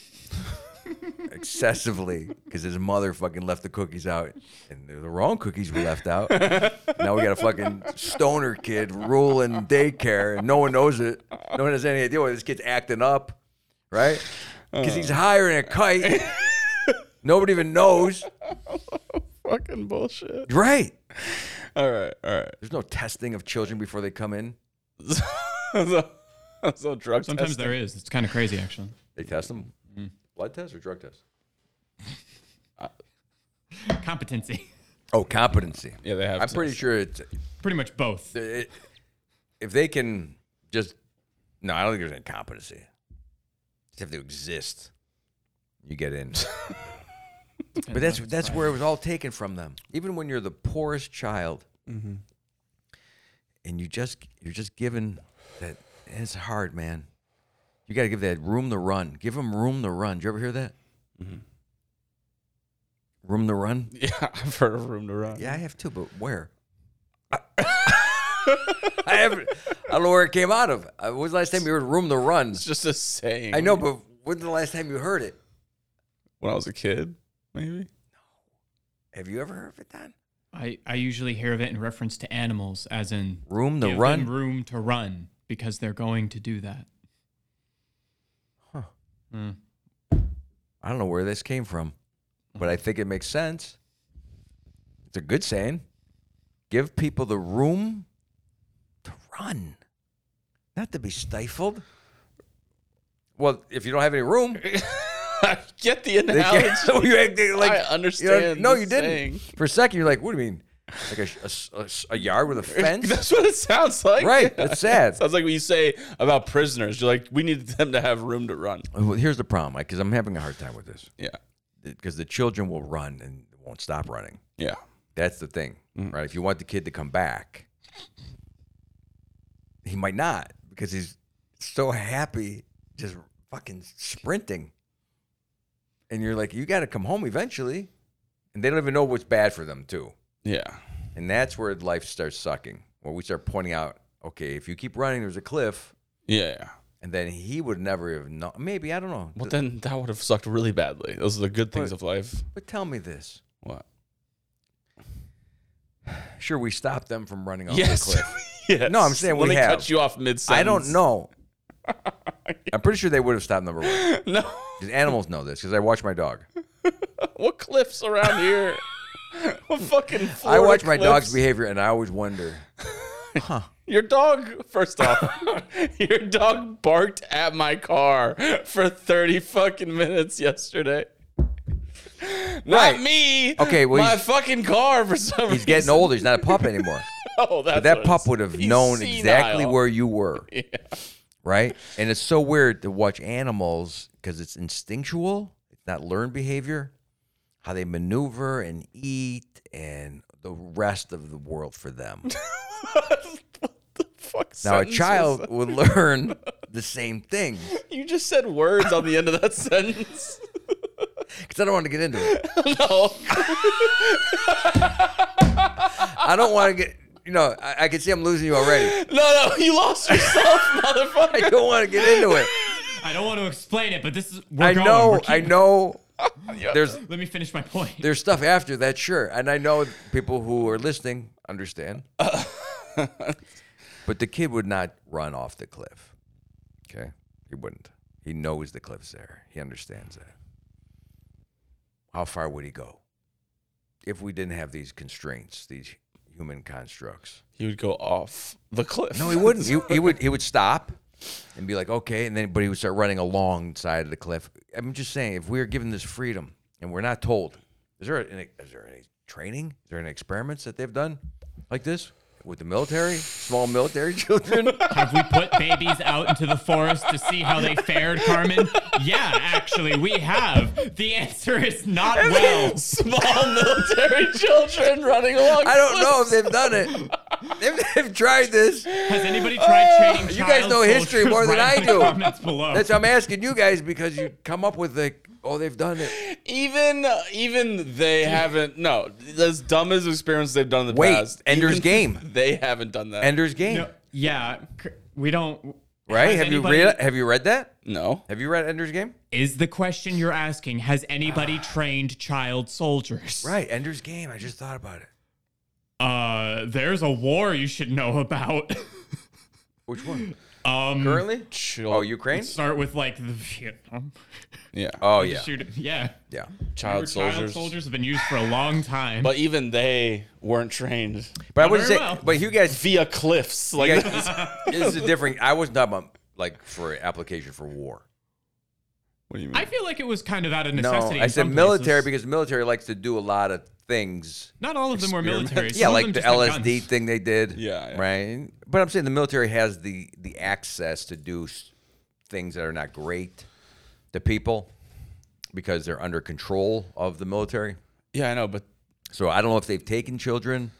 Speaker 1: excessively because his mother fucking left the cookies out and they're the wrong cookies were left out. now we got a fucking stoner kid ruling daycare and no one knows it. No one has any idea why this kid's acting up, right? Because he's higher than a kite. Nobody even knows.
Speaker 2: Fucking bullshit.
Speaker 1: Right.
Speaker 2: All right. All right.
Speaker 1: There's no testing of children before they come in.
Speaker 2: so, so drug
Speaker 3: Sometimes
Speaker 2: testing.
Speaker 3: there is. It's kind of crazy, actually.
Speaker 1: They test them. Blood test or drug test?
Speaker 3: Competency.
Speaker 1: Oh, competency.
Speaker 2: Yeah, they have.
Speaker 1: I'm pretty
Speaker 2: tests.
Speaker 1: sure it's
Speaker 3: Pretty much both.
Speaker 1: it, if they can just no, I don't think there's any competency. Just have to exist. You get in. but that's that's where it was all taken from them. Even when you're the poorest child, and you just you're just given that. and It's hard, man. You got to give that room to run. Give them room to run. Did you ever hear that? Room to Run?
Speaker 2: Yeah, I've heard of Room to Run.
Speaker 1: Yeah, I have too, but where? I haven't. I don't know where it came out of. Uh, When was the last time you heard Room to Run?
Speaker 2: It's just a saying.
Speaker 1: I know, but when's the last time you heard it?
Speaker 2: when I was a kid, maybe.
Speaker 1: Have you ever heard of it, Don?
Speaker 3: I, I usually hear of it in reference to animals, as in
Speaker 1: Room to
Speaker 3: give them
Speaker 1: Run?
Speaker 3: room to run because they're going to do that. Huh.
Speaker 1: I don't know where this came from, but I think it makes sense. It's a good saying. Give people the room to run, not to be stifled. Well, if you don't have any room,
Speaker 2: I get the
Speaker 1: they
Speaker 2: analogy.
Speaker 1: can't. so you act like,
Speaker 2: I
Speaker 1: you know,
Speaker 2: understand
Speaker 1: no,
Speaker 2: the
Speaker 1: you didn't.
Speaker 2: saying.
Speaker 1: For a second, you're like, what do you mean? Like a, sh- a s- a s- a yard with a fence?
Speaker 2: That's what it sounds like.
Speaker 1: Right, it's sad.
Speaker 2: Sounds like what you say about prisoners. You're like, we need them to have room to run.
Speaker 1: Well, Here's the problem, because I'm having a hard time with this.
Speaker 2: Yeah.
Speaker 1: Because the children will run and won't stop running.
Speaker 2: Yeah.
Speaker 1: That's the thing,
Speaker 2: Mm.
Speaker 1: right? If you want the kid to come back, he might not because he's so happy just fucking sprinting. And you're like, you got to come home eventually. And they don't even know what's bad for them, too.
Speaker 2: Yeah.
Speaker 1: And that's where life starts sucking, where we start pointing out, okay, if you keep running, there's a cliff.
Speaker 2: Yeah.
Speaker 1: And then he would never have known. Maybe, I don't know.
Speaker 2: Well, then that would have sucked really badly. Those are the good things
Speaker 1: But-
Speaker 2: of life.
Speaker 1: But tell me this.
Speaker 2: What?
Speaker 1: Sure, we stopped them from running off
Speaker 2: Yes.
Speaker 1: the cliff.
Speaker 2: yes.
Speaker 1: No, I'm saying
Speaker 2: Let
Speaker 1: we
Speaker 2: me
Speaker 1: have.
Speaker 2: cut you off mid
Speaker 1: I don't know. I'm pretty sure they would have stopped number one.
Speaker 2: No.
Speaker 1: 'Cause animals know this because I watch my dog.
Speaker 2: what cliffs around here? what fucking
Speaker 1: I
Speaker 2: Florida
Speaker 1: watch my
Speaker 2: cliffs?
Speaker 1: dog's behavior and I always wonder.
Speaker 2: Your dog, first off, your dog barked at my car for 30 fucking minutes yesterday. Not
Speaker 1: Right.
Speaker 2: me.
Speaker 1: Okay, well,
Speaker 2: my
Speaker 1: he's-
Speaker 2: fucking car for some
Speaker 1: He's getting older. He's not a pup anymore.
Speaker 2: Oh, that's
Speaker 1: But that
Speaker 2: what it
Speaker 1: pup
Speaker 2: is.
Speaker 1: would have
Speaker 2: He's
Speaker 1: known
Speaker 2: senile.
Speaker 1: exactly where you were. Right? And it's so weird to watch animals because it's instinctual, it's not learned behavior, how they maneuver and eat and the rest of the world for them.
Speaker 2: what the fuck?
Speaker 1: Now, a
Speaker 2: sentence was
Speaker 1: child
Speaker 2: that?
Speaker 1: would learn the same thing
Speaker 2: You just said words on the end of that sentence.
Speaker 1: because I don't want to get into it.
Speaker 2: no.
Speaker 1: I don't want to get. You know, I, I can see I'm losing you already.
Speaker 2: No, no. You lost yourself, motherfucker.
Speaker 1: I don't want to get into it.
Speaker 3: I don't want to explain it, but this is we're
Speaker 1: I
Speaker 3: going.
Speaker 1: know.
Speaker 3: We're
Speaker 1: I
Speaker 3: keep-
Speaker 1: know. There's
Speaker 3: Let me finish my point.
Speaker 1: there's stuff after that, sure, and I know people who are listening understand. but the kid would not run off the cliff. Okay, he wouldn't. He knows the cliff's there. He understands that. How far would he go if we didn't have these constraints, these human constructs?
Speaker 2: He would go off the cliff.
Speaker 1: No, he wouldn't. He, he would he would stop and be like, okay, and then but he would start running alongside the cliff. I'm just saying, if we're given this freedom and we're not told, is there any, is there any training? Is there any experiments that they've done like this with the military, small military children?
Speaker 3: Have we put babies out into the forest to see how they fared, Carmen? Yeah, actually, we have. The answer is not well.
Speaker 2: Small military children running along.
Speaker 1: I don't know if they've done it. If they've tried this,
Speaker 3: Has anybody tried training?
Speaker 1: Oh, you guys
Speaker 3: child
Speaker 1: know history
Speaker 3: soldiers?
Speaker 1: more than
Speaker 3: Write
Speaker 1: I
Speaker 3: in the
Speaker 1: do.
Speaker 3: Comments below.
Speaker 1: that's I'm asking you guys because you come up with the oh they've done it.
Speaker 2: Even uh, even they haven't. No, as dumb as experiments they've done in the
Speaker 1: Wait,
Speaker 2: past.
Speaker 1: Ender's
Speaker 2: even
Speaker 1: Game.
Speaker 2: They haven't done that.
Speaker 1: Ender's Game,
Speaker 3: No, yeah, c- we don't.
Speaker 1: right?
Speaker 3: has
Speaker 1: Have you
Speaker 3: anybody-
Speaker 1: read Have you read that?
Speaker 2: no.
Speaker 1: Have you read Ender's Game?
Speaker 3: Is the question you're asking? Has anybody trained child soldiers?
Speaker 1: Right, Ender's Game. I just thought about it.
Speaker 3: Uh, there's a war you should know about.
Speaker 1: Which one?
Speaker 3: Um,
Speaker 1: Currently?
Speaker 2: Chil-
Speaker 1: Oh, Ukraine?
Speaker 3: start with like the Vietnam.
Speaker 2: Yeah.
Speaker 1: Oh yeah.
Speaker 3: Shoot, yeah.
Speaker 1: Yeah.
Speaker 2: child
Speaker 3: Remember,
Speaker 2: soldiers.
Speaker 3: have been used for a long time.
Speaker 2: But even they weren't trained
Speaker 1: But I wouldn't
Speaker 3: very
Speaker 1: say
Speaker 3: well.
Speaker 1: but you guys
Speaker 2: via cliffs. Like
Speaker 1: you
Speaker 2: this.
Speaker 1: guys this is a different I wasn't talking about like for application for war.
Speaker 2: What do you mean?
Speaker 3: I feel like it was kind of out of
Speaker 1: No,
Speaker 3: necessity.
Speaker 1: I
Speaker 3: in
Speaker 1: said
Speaker 3: some
Speaker 1: military
Speaker 3: places.
Speaker 1: because the military likes to do a lot of things.
Speaker 3: not all of them were military.
Speaker 1: yeah,
Speaker 3: Some of
Speaker 1: like
Speaker 3: them
Speaker 1: the
Speaker 3: just had
Speaker 1: LSD
Speaker 3: guns.
Speaker 1: thing they did.
Speaker 2: Yeah, yeah.
Speaker 1: Right. But I'm saying the military has the the access to do s- things that are not great to people because they're under control of the military.
Speaker 2: yeah, I know, but
Speaker 1: So I don't know if they've taken children.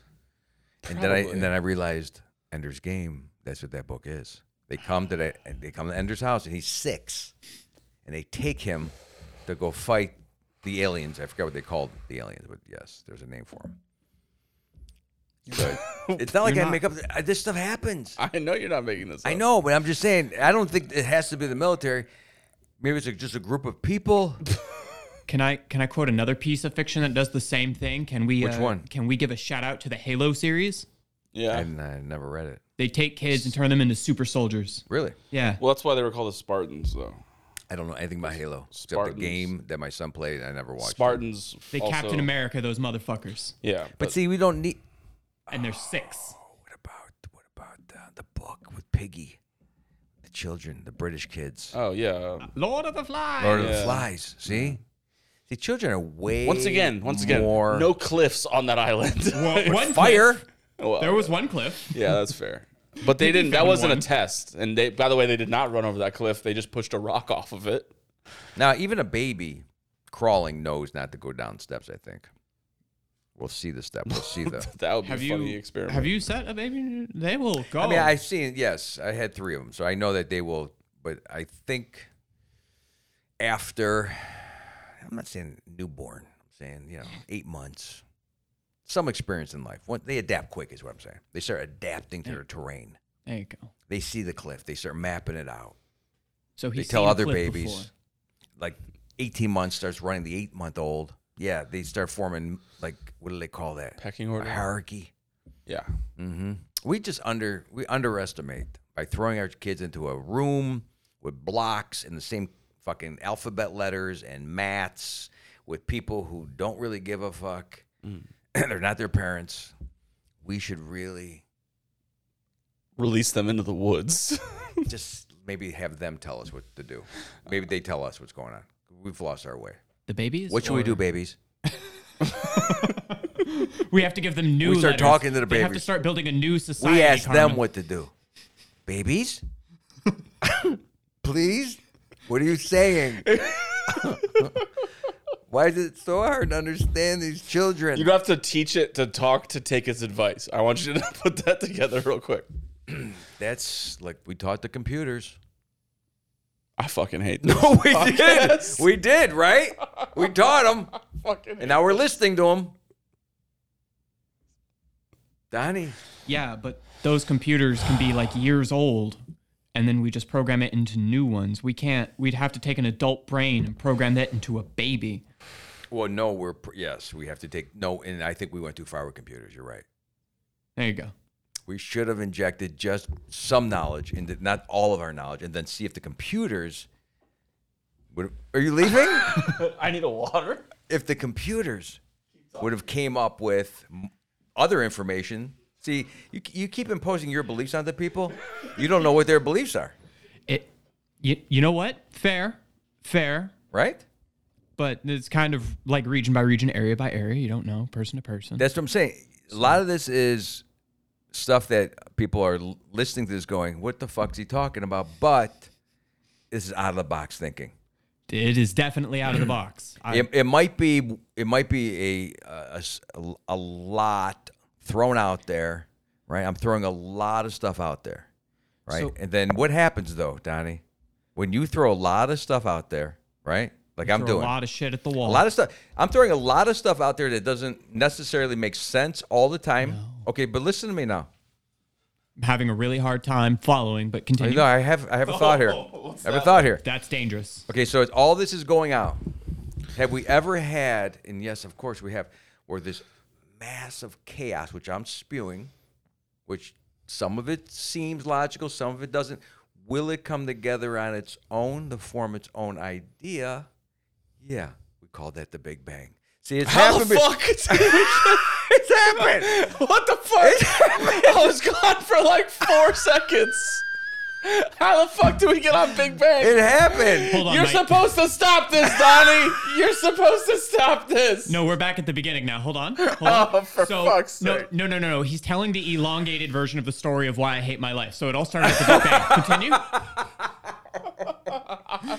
Speaker 1: And then I
Speaker 2: Probably.
Speaker 1: and then I realized Ender's Game. That's what that book is. They come to that. They come to Ender's house, and he's six, and they take him to go fight the aliens. I forgot what they called the aliens, but yes, there's a name for them. But it's not like
Speaker 3: You're
Speaker 1: I
Speaker 3: not-
Speaker 1: make up. I- This stuff happens.
Speaker 2: I know you're not making this.
Speaker 1: I
Speaker 2: up.
Speaker 1: know, but I'm just saying. I don't think it has to be the military. Maybe it's a, just a group of people.
Speaker 3: Can I can I quote another piece of fiction that does the same thing? Can we
Speaker 1: Which
Speaker 3: uh,
Speaker 1: one?
Speaker 3: Can we give a shout out to the Halo series?
Speaker 2: Yeah.
Speaker 1: And I never read it.
Speaker 3: They take kids and turn them into super soldiers.
Speaker 1: Really,
Speaker 3: Yeah.
Speaker 2: Well, that's why they were called the Spartans, though.
Speaker 1: I don't know anything about Halo except
Speaker 2: Spartans.
Speaker 1: the game that my son played. And I never watched.
Speaker 2: Spartans.
Speaker 3: They
Speaker 2: also-
Speaker 3: Captain America those motherfuckers.
Speaker 2: Yeah,
Speaker 1: But see, we don't need.
Speaker 3: And they're six.
Speaker 1: What about what about the, the book with Piggy, the children, the British kids,
Speaker 2: oh yeah.
Speaker 3: Lord of the Flies.
Speaker 1: Lord of the
Speaker 2: yeah.
Speaker 1: Flies? See, see, children are way
Speaker 2: Once again, once again,
Speaker 1: more
Speaker 2: no cliffs on that island.
Speaker 3: Well, one
Speaker 1: fire.
Speaker 3: cliff.
Speaker 2: Well,
Speaker 3: There was one cliff.
Speaker 2: Yeah, that's fair. But they didn't. That
Speaker 3: found
Speaker 2: wasn't a
Speaker 3: one.
Speaker 2: test. And they, by the way, they did not run over that cliff. They just pushed a rock off of it.
Speaker 1: Now, even a baby crawling knows not to go down steps. I think we'll see the step. We'll see the.
Speaker 2: That would be
Speaker 3: Have
Speaker 2: a funny
Speaker 3: you
Speaker 2: experiment.
Speaker 3: have you set a baby? They will go.
Speaker 1: I mean, I've seen yes, I had three of them, so I know that they will. But I think after, I'm not saying newborn. I'm saying you know eight months, some experience in life. What they adapt quick is what I'm saying. They start adapting to their terrain.
Speaker 3: there you go.
Speaker 1: They see the cliff. They start mapping it out.
Speaker 3: So
Speaker 1: They
Speaker 3: he's
Speaker 1: tell
Speaker 3: seen a
Speaker 1: other
Speaker 3: cliff
Speaker 1: babies,
Speaker 3: before.
Speaker 1: like 18 months starts running the eight month old. Yeah, they start forming like what do they call that?
Speaker 2: Pecking
Speaker 1: A
Speaker 2: order.
Speaker 1: hierarchy.
Speaker 2: Yeah.
Speaker 1: hmm We just under we underestimate by throwing our kids into a room with blocks and the same fucking alphabet letters and maths with people who don't really give a fuck. They're not their parents. We should really
Speaker 2: Release them into the woods.
Speaker 1: just maybe have them tell us what to do. Maybe they tell us what's going on. We've lost our way.
Speaker 3: The babies.
Speaker 1: What should we
Speaker 3: or-
Speaker 1: do, babies?
Speaker 3: We have to give them new.
Speaker 1: We start
Speaker 3: letters.
Speaker 1: talking to the
Speaker 3: They have to
Speaker 1: babies.
Speaker 3: start building a new society.
Speaker 1: We ask them
Speaker 3: Carmen.
Speaker 1: what to do. Babies? Please? What are you saying? Why is it so hard to understand these children?
Speaker 2: you don't have to teach it to talk to take its advice. I want you to put that together real quick.
Speaker 1: That's like we taught the computers.
Speaker 2: I fucking hate this.
Speaker 1: we did.
Speaker 2: Podcast.
Speaker 1: We did, right? We taught them.
Speaker 2: Fucking hate-
Speaker 1: And now we're listening to them. Donnie.
Speaker 3: Yeah, but those computers can be like years old, and then we just program it into new ones. We can't. We'd have to take an adult brain and program that into a baby.
Speaker 1: Well, no, we're, pr- yes, we have to take, no, and I think we went too far with computers. You're right.
Speaker 3: There you go.
Speaker 1: we should have injected just some knowledge into not all of our knowledge and then see if the computers would are you leaving
Speaker 2: I need a water.
Speaker 1: if the computers would have came up with m- other information see you, you keep imposing your beliefs on the people you don't know what their beliefs are
Speaker 3: It. You, you know what? Fair, fair.
Speaker 1: right
Speaker 3: But it's kind of like region by region, area by area. You don't know person to person.
Speaker 1: that's what i'm saying a lot of this is stuff that people are l- listening to this going what the fuck's he talking about but this is out of the box thinking
Speaker 3: It is definitely out of the box. I,
Speaker 1: it, it might be it might be a, a s- a lot thrown out there right i'm throwing a lot of stuff out there right
Speaker 3: So-
Speaker 1: and then what happens though donnie when you throw a lot of stuff out there right like i'm
Speaker 3: throw
Speaker 1: doing
Speaker 3: a lot of shit at the wall.
Speaker 1: a lot of stuff i'm throwing a lot of stuff out there that doesn't necessarily make sense all the time okay but listen to me now
Speaker 3: having a really hard time following, but
Speaker 1: I
Speaker 3: continue.
Speaker 1: know i have i have a thought here i have a thought here
Speaker 3: That's dangerous.
Speaker 1: Okay, so it's, all this is going out. Have we ever had, and yes, of course we have, where this massive chaos, which I'm spewing, which some of it seems logical, some of it doesn't, will it come together on its own to form its own idea? Yeah, we call that the Big Bang. See, it's
Speaker 2: How the
Speaker 1: happened. be-
Speaker 2: fuck?
Speaker 1: It's happened.
Speaker 2: what the fuck? I was gone for like four seconds. How the fuck do we get on Big Bang?
Speaker 1: It happened.
Speaker 3: Hold on,
Speaker 2: You're
Speaker 3: Mike.
Speaker 2: supposed to stop this, Donnie. You're supposed to stop this.
Speaker 3: No, we're back at the beginning now. Hold on. Hold on.
Speaker 2: Oh, for fuck's
Speaker 3: no,
Speaker 2: sake.
Speaker 3: No, no, no, no. He's telling the elongated version of the story of why I hate my life. So it all started at the Big Bang. Continue.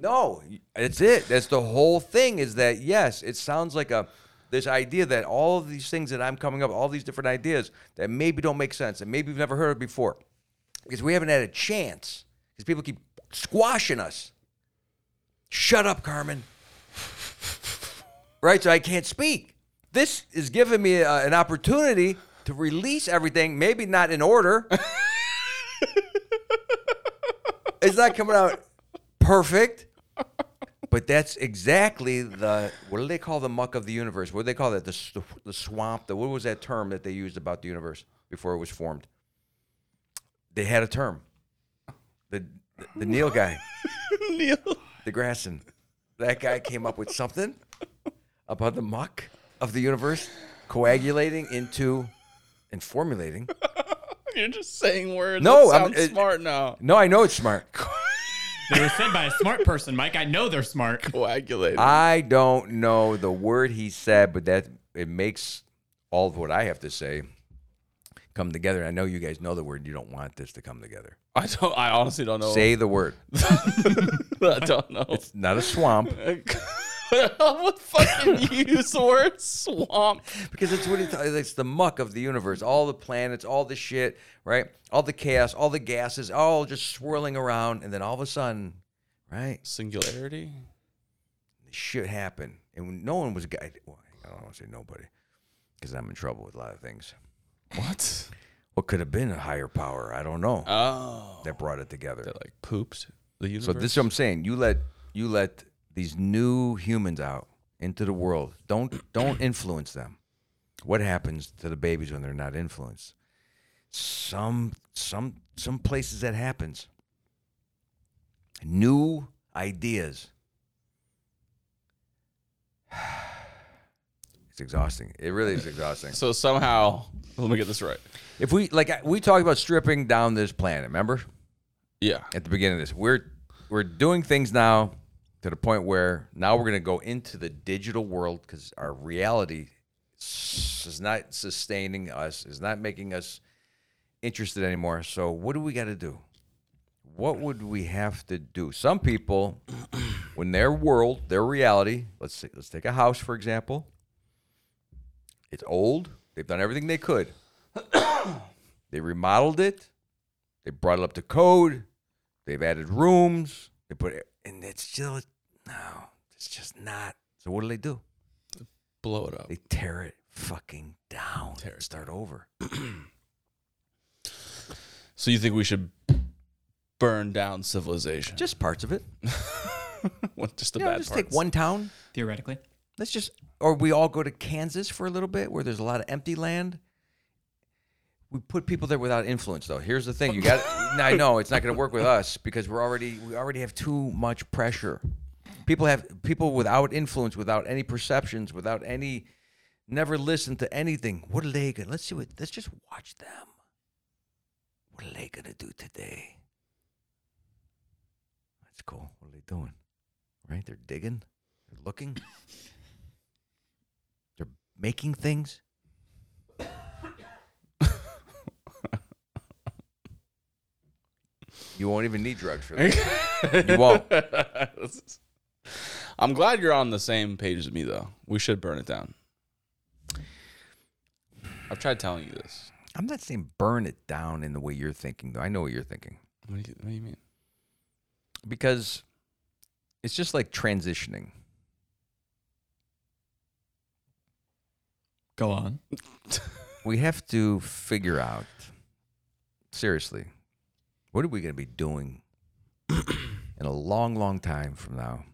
Speaker 1: No, that's it. That's the whole thing. Is that yes? It sounds like a this idea that all of these things that I'm coming up, all these different ideas that maybe don't make sense, and maybe you've never heard of before, because we haven't had a chance. Because people keep squashing us. Shut up, Carmen. right? So I can't speak. This is giving me uh, an opportunity to release everything, maybe not in order. it's not coming out perfect, but that's exactly the what do they call the muck of the universe? What do they call that? The s- the swamp. The what was that term that they used about the universe before it was formed? They had a term. The the, the Neil guy.
Speaker 2: Neil.
Speaker 1: The Grasson. That guy came up with something about the muck of the universe coagulating into and formulating.
Speaker 2: You're just saying words.
Speaker 1: No,
Speaker 2: that
Speaker 1: I'm-
Speaker 2: sound
Speaker 1: it-
Speaker 2: smart now.
Speaker 1: No, I know it's smart.
Speaker 3: They were said by a smart person, Mike. I know they're smart.
Speaker 2: Coagulated.
Speaker 1: I don't know the word he said, but that it makes all of what I have to say come together. I know you guys know the word. You don't want this to come together.
Speaker 2: I don't. I honestly don't know.
Speaker 1: Say the word.
Speaker 2: I don't know.
Speaker 1: It's not a swamp
Speaker 2: what fucking use the word swamp?
Speaker 1: because it's what it, it's the muck of the universe. All the planets, all the shit, right? All the chaos, all the gases, all just swirling around, and then all of a sudden, right?
Speaker 2: Singularity.
Speaker 1: shit happened, and no one was guided. Well, I don't want to say nobody, because I'm in trouble with a lot of things.
Speaker 2: What?
Speaker 1: What could have been a higher power? I don't know.
Speaker 2: Oh,
Speaker 1: that brought it together.
Speaker 2: that like pooped the universe.
Speaker 1: So this is what I'm saying. You let you let these new humans out into the world. Don't don't influence them. What happens to the babies when they're not influenced? Some some some places that happens. New ideas. It's exhausting. It really is exhausting.
Speaker 2: So somehow, let me get this right.
Speaker 1: If we like I- we talked about stripping down this planet, remember?
Speaker 2: Yeah.
Speaker 1: at the beginning of this. We're we're doing things now to the point where now we're going to go into the digital world because our reality s- is not sustaining us, is not making us interested anymore. So what do we got to do? What would we have to do? Some people, when their world, their reality, let's see, let's take a house for example. It's old. They've done everything they could. they remodeled it. They brought it up to code. They've added rooms. They put it, and it's still no, it's just not. So what do they do?
Speaker 2: Blow it up.
Speaker 1: They tear it fucking down. Tear it. Start over.
Speaker 2: So you think we should burn down civilization?
Speaker 1: Just parts of it.
Speaker 2: What- just the
Speaker 1: You know,
Speaker 2: bad
Speaker 1: just
Speaker 2: parts.
Speaker 1: take one town.
Speaker 3: Theoretically,
Speaker 1: Let's just, or we all go to Kansas for a little bit, where there's a lot of empty land. We put people there without influence, though. Here's the thing: you got. I know it's not going to work with us because we're already we already have too much pressure. People have people without influence, without any perceptions, without any, never listen to anything. What are they going? to Let's see what. Let's just watch them. What are they going to do today? That's cool. What are they doing? Right? They're digging. They're looking. They're making things. you won't even need drugs for that. you won't.
Speaker 2: I'm glad you're on the same page as me, though. We should burn it down. I've tried telling you this.
Speaker 1: I'm not saying burn it down in the way you're thinking, though. I know what you're thinking.
Speaker 2: What do you, what do you mean?
Speaker 1: Because it's just like transitioning.
Speaker 3: go on.
Speaker 1: We have to figure out seriously, what are we going to be doing in a long, long time from now?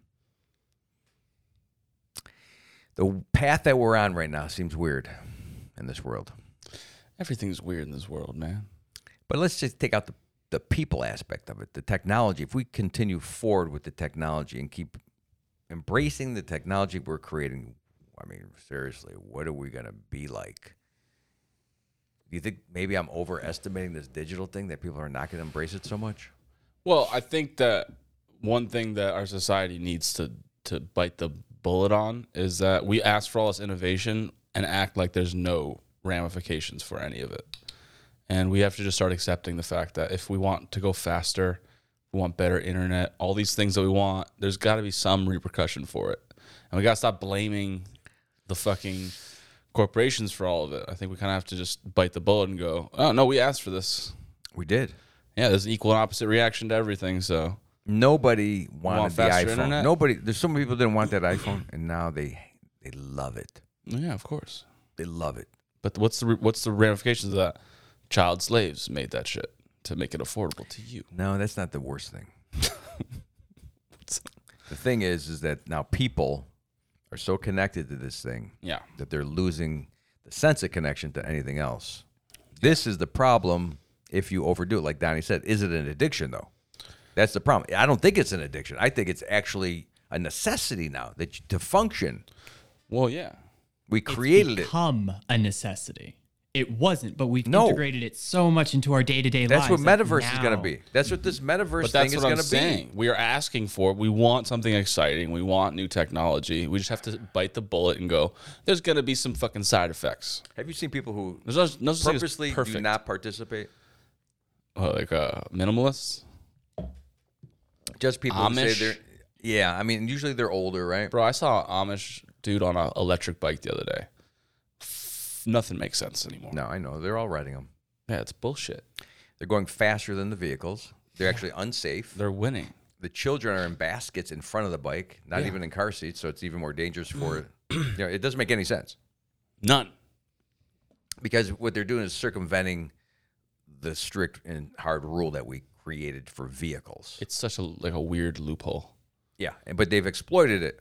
Speaker 1: The path that we're on right now seems weird in this world.
Speaker 2: Everything's weird in this world, man.
Speaker 1: But let's just take out the, the people aspect of it, the technology. If we continue forward with the technology and keep embracing the technology we're creating, I mean, seriously, what are we going to be like? Do you think maybe I'm overestimating this digital thing that people are not going to embrace it so much?
Speaker 2: Well, I think that one thing that our society needs to to bite the bullet on is that we ask for all this innovation and act like there's no ramifications for any of it. And we have to just start accepting the fact that if we want to go faster, we want better internet, all these things that we want, there's got to be some repercussion for it. And we got to stop blaming the fucking corporations for all of it. I think we kind of have to just bite the bullet and go, "Oh, no, we asked for this."
Speaker 1: We did.
Speaker 2: Yeah, there's an equal and opposite reaction to everything, so
Speaker 1: Nobody wanted the
Speaker 2: faster
Speaker 1: iPhone.
Speaker 2: internet?
Speaker 1: Nobody. There's so many people didn't want that iPhone, and now they They love it.
Speaker 2: Yeah, of course.
Speaker 1: They love it.
Speaker 2: But what's the what's the ramifications of that? Child slaves made that shit to make it affordable to you.
Speaker 1: No, that's not the worst thing. the thing is, is that now people are so connected to this thing
Speaker 2: Yeah.
Speaker 1: that they're losing the sense of connection to anything else. This is the problem if you overdo it. Like Donnie said, is it an addiction though? That's the problem. I don't think it's an addiction. I think it's actually a necessity now that you, to function.
Speaker 2: Well, yeah.
Speaker 1: We created it.
Speaker 3: become a necessity. It wasn't, but we've
Speaker 1: No.
Speaker 3: integrated it so much into our day to day lives.
Speaker 1: That's what
Speaker 3: that
Speaker 1: metaverse is going to
Speaker 3: now-
Speaker 1: be. That's what this metaverse
Speaker 2: But
Speaker 1: thing
Speaker 2: that's
Speaker 1: is
Speaker 2: what
Speaker 1: going
Speaker 2: I'm
Speaker 1: to be.
Speaker 2: saying. We are asking for. it. We want something exciting. We want new technology. We just have to bite the bullet and go. There's gonna be some fucking side effects.
Speaker 1: Have you seen people who
Speaker 2: There's no, no such thing as
Speaker 1: purposely
Speaker 2: perfect.
Speaker 1: do not participate?
Speaker 2: Oh, like uh, minimalists.
Speaker 1: Just people who say
Speaker 2: Amish?
Speaker 1: they're yeah. I mean, usually they're older, right?
Speaker 2: Bro, I saw an Amish dude on an electric bike the other day. F- Nothing makes sense anymore.
Speaker 1: No, I know they're all riding them.
Speaker 2: Yeah, it's bullshit.
Speaker 1: They're going faster than the vehicles. They're actually unsafe.
Speaker 2: They're winning.
Speaker 1: The children are in baskets in front of the bike, not even in car seats, so it's even more dangerous for. you know, it doesn't make any sense
Speaker 2: None.
Speaker 1: because what they're doing is circumventing the strict and hard rule that we created for vehicles.
Speaker 2: It's such a like a weird loophole.
Speaker 1: Yeah, and- but they've exploited it.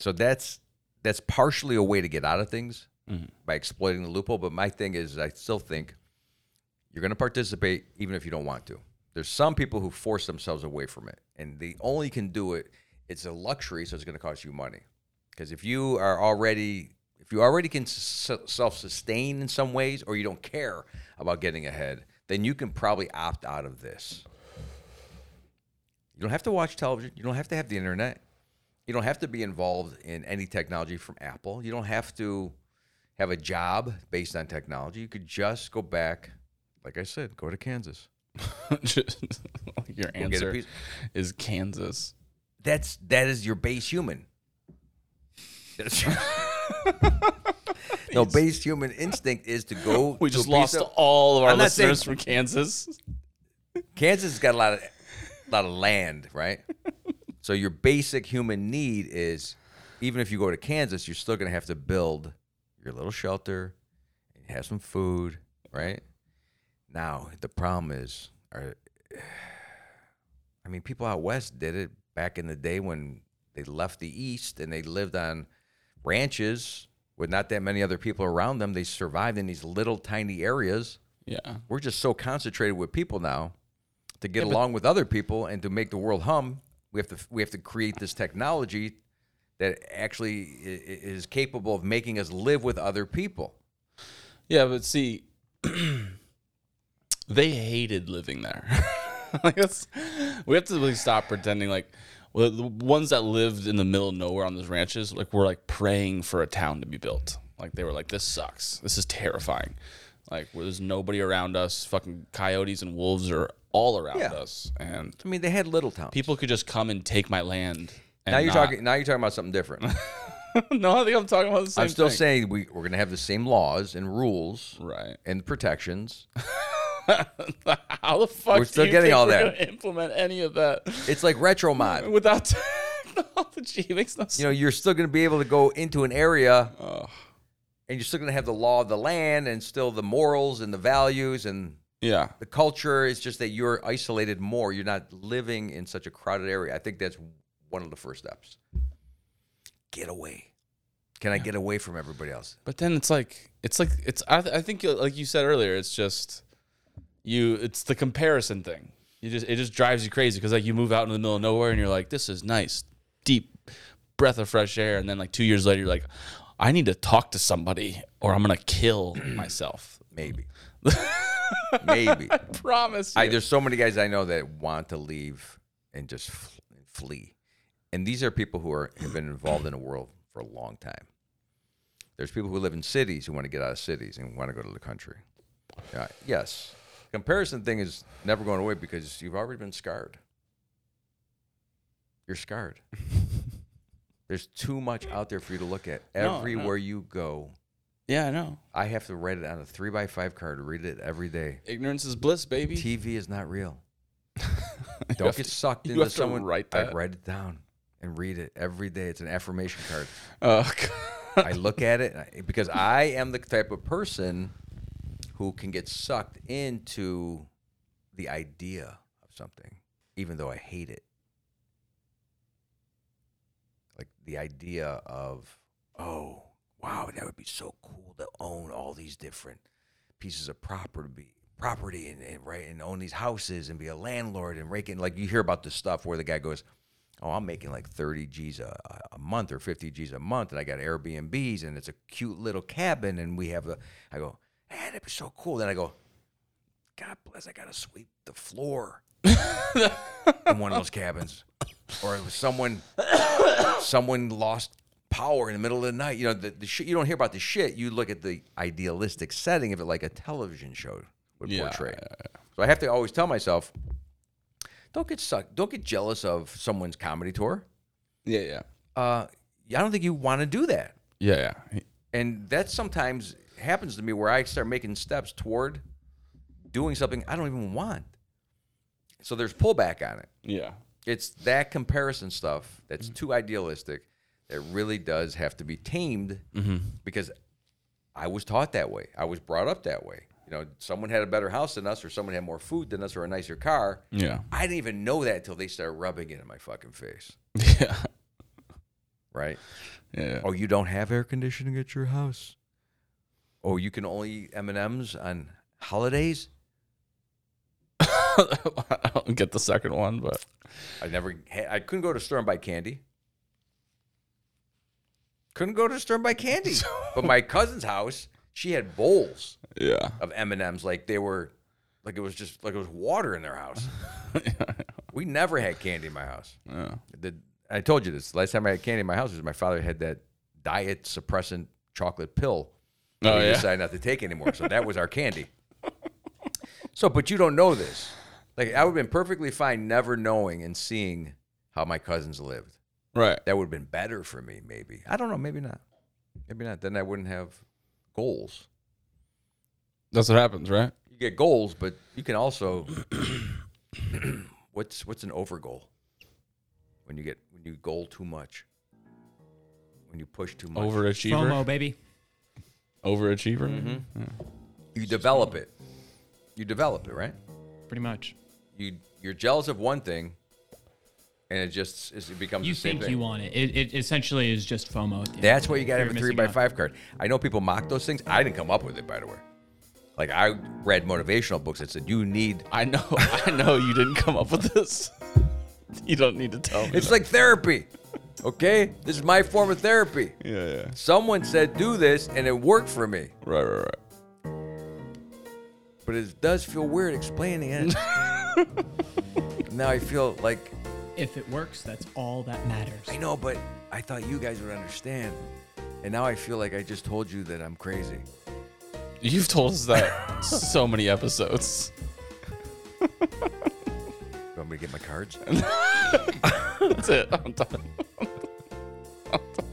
Speaker 1: So that's that's partially a way to get out of things by exploiting the loophole. But my thing is, I still think you're going to participate even if you don't want to. There's some people who force themselves away from it, and they only can do it. It's a luxury, so it's going to cost you money. Because if you are already if you already can s- self sustain in some ways, or you don't care about getting ahead, then you can probably opt out of this. You don't have to watch television. You don't have to have the internet. You don't have to be involved in any technology from Apple. You don't have to have a job based on technology. You could just go back, like I said, go to Kansas.
Speaker 2: Just- your
Speaker 1: a
Speaker 2: answer
Speaker 1: piece.
Speaker 2: is Kansas.
Speaker 1: That's that is your base human. That's your- no base human instinct is to go.
Speaker 2: We
Speaker 1: to
Speaker 2: just
Speaker 1: a piece
Speaker 2: lost
Speaker 1: of-
Speaker 2: all of our
Speaker 1: I'm not saying-
Speaker 2: listeners from Kansas.
Speaker 1: Kansas has got a lot of lot of land, right? so your basic human need is even if you go to Kansas, you're still gonna have to build your little shelter and have some food, right? Now the problem is are I mean people out west did it back in the day when they left the east and they lived on ranches with not that many other people around them. They survived in these little tiny areas
Speaker 2: Yeah.
Speaker 1: we're just so concentrated with people now to get along with other people and to make the world hum we have to we have to create this technology that actually i- i- is capable of making us live with other people
Speaker 2: Yeah, but see, they hated living there. like that's, we have to really stop pretending like well, the ones that lived in the middle of nowhere on those ranches, like were like praying for a town to be built. Like they were like, this sucks. This is terrifying. Like where there's nobody around us. Fucking coyotes and wolves are all around
Speaker 1: Yeah.
Speaker 2: us, and
Speaker 1: i mean they had little towns
Speaker 2: people could just come and take my land. And
Speaker 1: now you're
Speaker 2: not-
Speaker 1: talking now you're talking about something different
Speaker 2: no, I think I'm talking about the same.
Speaker 1: i'm still
Speaker 2: thing.
Speaker 1: saying we, we're going to have the same laws and rules
Speaker 2: right.
Speaker 1: and protections
Speaker 2: How the fuck
Speaker 1: We're still
Speaker 2: do you
Speaker 1: getting
Speaker 2: think
Speaker 1: all
Speaker 2: we're
Speaker 1: that.
Speaker 2: gonna implement any of that
Speaker 1: it's like retro mod
Speaker 2: without technology? It makes no sense.
Speaker 1: you know you're still going to be able to go into an area and you're still going to have the law of the land and still the morals and the values and
Speaker 2: yeah,
Speaker 1: the culture is just that you're isolated more. You're not living in such a crowded area. I think that's one of the first steps. Get away. Can I get away from everybody else?
Speaker 2: but then it's like it's like it's. I, I think like you said earlier, it's just you. It's the comparison thing. You just it just drives you crazy because like you move out in the middle of nowhere and you're like, this is nice, deep breath of fresh air, and then like two years later, you're like, I need to talk to somebody or I'm gonna kill myself.
Speaker 1: Maybe. Maybe.
Speaker 2: Promise.
Speaker 1: I,
Speaker 2: you.
Speaker 1: there's so many guys I know that want to leave and just fl- flee. And these are people who are have been involved in the world for a long time. There's people who live in cities who want to get out of cities and want to go to the country. Uh, yes. Comparison thing is never going away because you've already been scarred. You're scarred. There's too much out there for you to look at.
Speaker 2: No, no.
Speaker 1: Everywhere you go,
Speaker 2: yeah, I know.
Speaker 1: I have to write it on a three by five card, read it every day.
Speaker 2: Ignorance is bliss, baby.
Speaker 1: TV is not real.
Speaker 2: You
Speaker 1: Don't
Speaker 2: have
Speaker 1: get
Speaker 2: to-
Speaker 1: sucked
Speaker 2: you
Speaker 1: into
Speaker 2: have to
Speaker 1: someone. Uh,
Speaker 2: write
Speaker 1: I
Speaker 2: that.
Speaker 1: write it down and read it every day. It's an affirmation card.
Speaker 2: Uh,
Speaker 1: I look at it and I- because I am the type of person who can get sucked into the idea of something, even though I hate it. Like the idea of, oh, wow, that would be so cool to own all these different pieces of property property and, and right and own these houses and be a landlord and rake in like you hear about this stuff where the guy goes oh i'm making like 30 g's a, a month or 50 g's a month and i got airbnbs and it's a cute little cabin and we have a i go man that'd be so cool then i go god bless i gotta sweep the floor in one of those cabins or it was someone someone lost power in the middle of the night. You know, the, the shit you don't hear about the shit. You look at the idealistic setting of it like a television show would
Speaker 2: Yeah,
Speaker 1: portray. So I have to always tell myself, don't get sucked, don't get jealous of someone's comedy tour.
Speaker 2: Yeah, yeah,
Speaker 1: Uh, I don't think you want to do that,
Speaker 2: yeah, yeah.
Speaker 1: and that sometimes happens to me where I start making steps toward doing something I don't even want. So there's pullback on it
Speaker 2: yeah.
Speaker 1: it's that comparison stuff that's too idealistic that really does have to be tamed because I was taught that way. I was brought up that way. You know, someone had a better house than us, or someone had more food than us, or a nicer car.
Speaker 2: Yeah.
Speaker 1: I didn't even know that until they started rubbing it in my fucking face.
Speaker 2: Yeah.
Speaker 1: Right?
Speaker 2: Yeah.
Speaker 1: Oh, you don't have air conditioning at your house. Oh, you can only eat M and M's on holidays.
Speaker 2: I don't get the second one, but
Speaker 1: I never, had, I couldn't go to the store and buy candy. Couldn't go to the store and buy candy. but my cousin's house, she had bowls
Speaker 2: yeah.
Speaker 1: of M and M's, like they were, like it was just like it was water in their house. we never had candy in my house.
Speaker 2: Yeah.
Speaker 1: The, I told you this last time I had candy in my house was my father had that diet suppressant chocolate pill that
Speaker 2: Oh,
Speaker 1: he
Speaker 2: yeah?
Speaker 1: decided not to take anymore. So that was our candy. So, but you don't know this. Like I would have been perfectly fine never knowing and seeing how my cousins lived.
Speaker 2: Right.
Speaker 1: That would have been better for me, maybe. I don't know, maybe not. Maybe not. Then I wouldn't have goals.
Speaker 2: That's what happens, right?
Speaker 1: You get goals, but you can also what's what's an over goal? When you get when you goal too much. When you push too much.
Speaker 2: Overachiever.
Speaker 3: FOMO, baby.
Speaker 2: Overachiever.
Speaker 1: Mm-hmm. You develop it. You develop it, right?
Speaker 3: Pretty much.
Speaker 1: you you're jealous of one thing, and it just is- it becomes
Speaker 3: You
Speaker 1: the same
Speaker 3: think
Speaker 1: thing.
Speaker 3: you want it. it. It essentially is just FOMO. at the end of
Speaker 1: That's
Speaker 3: the
Speaker 1: why
Speaker 3: day.
Speaker 1: you got to
Speaker 3: You're
Speaker 1: have a three
Speaker 3: missing
Speaker 1: by
Speaker 3: out.
Speaker 1: five card. I know people mock those things. I didn't come up with it, by the way. Like I read motivational books that said you need.
Speaker 2: I know. I know you didn't come up with this. You don't need to tell me.
Speaker 1: It's like therapy, okay? This is my form of therapy.
Speaker 2: that. yeah, yeah.
Speaker 1: Someone said do this, and it worked for me.
Speaker 2: Right, right, right.
Speaker 1: But it does feel weird explaining it. now I feel like
Speaker 3: If it works, that's all that matters.
Speaker 1: I know, but I thought you guys would understand, and now I feel like I just told you that I'm crazy.
Speaker 2: You've told us that so many episodes.
Speaker 1: You want me to get my cards?
Speaker 2: That's it. I'm done. I'm done.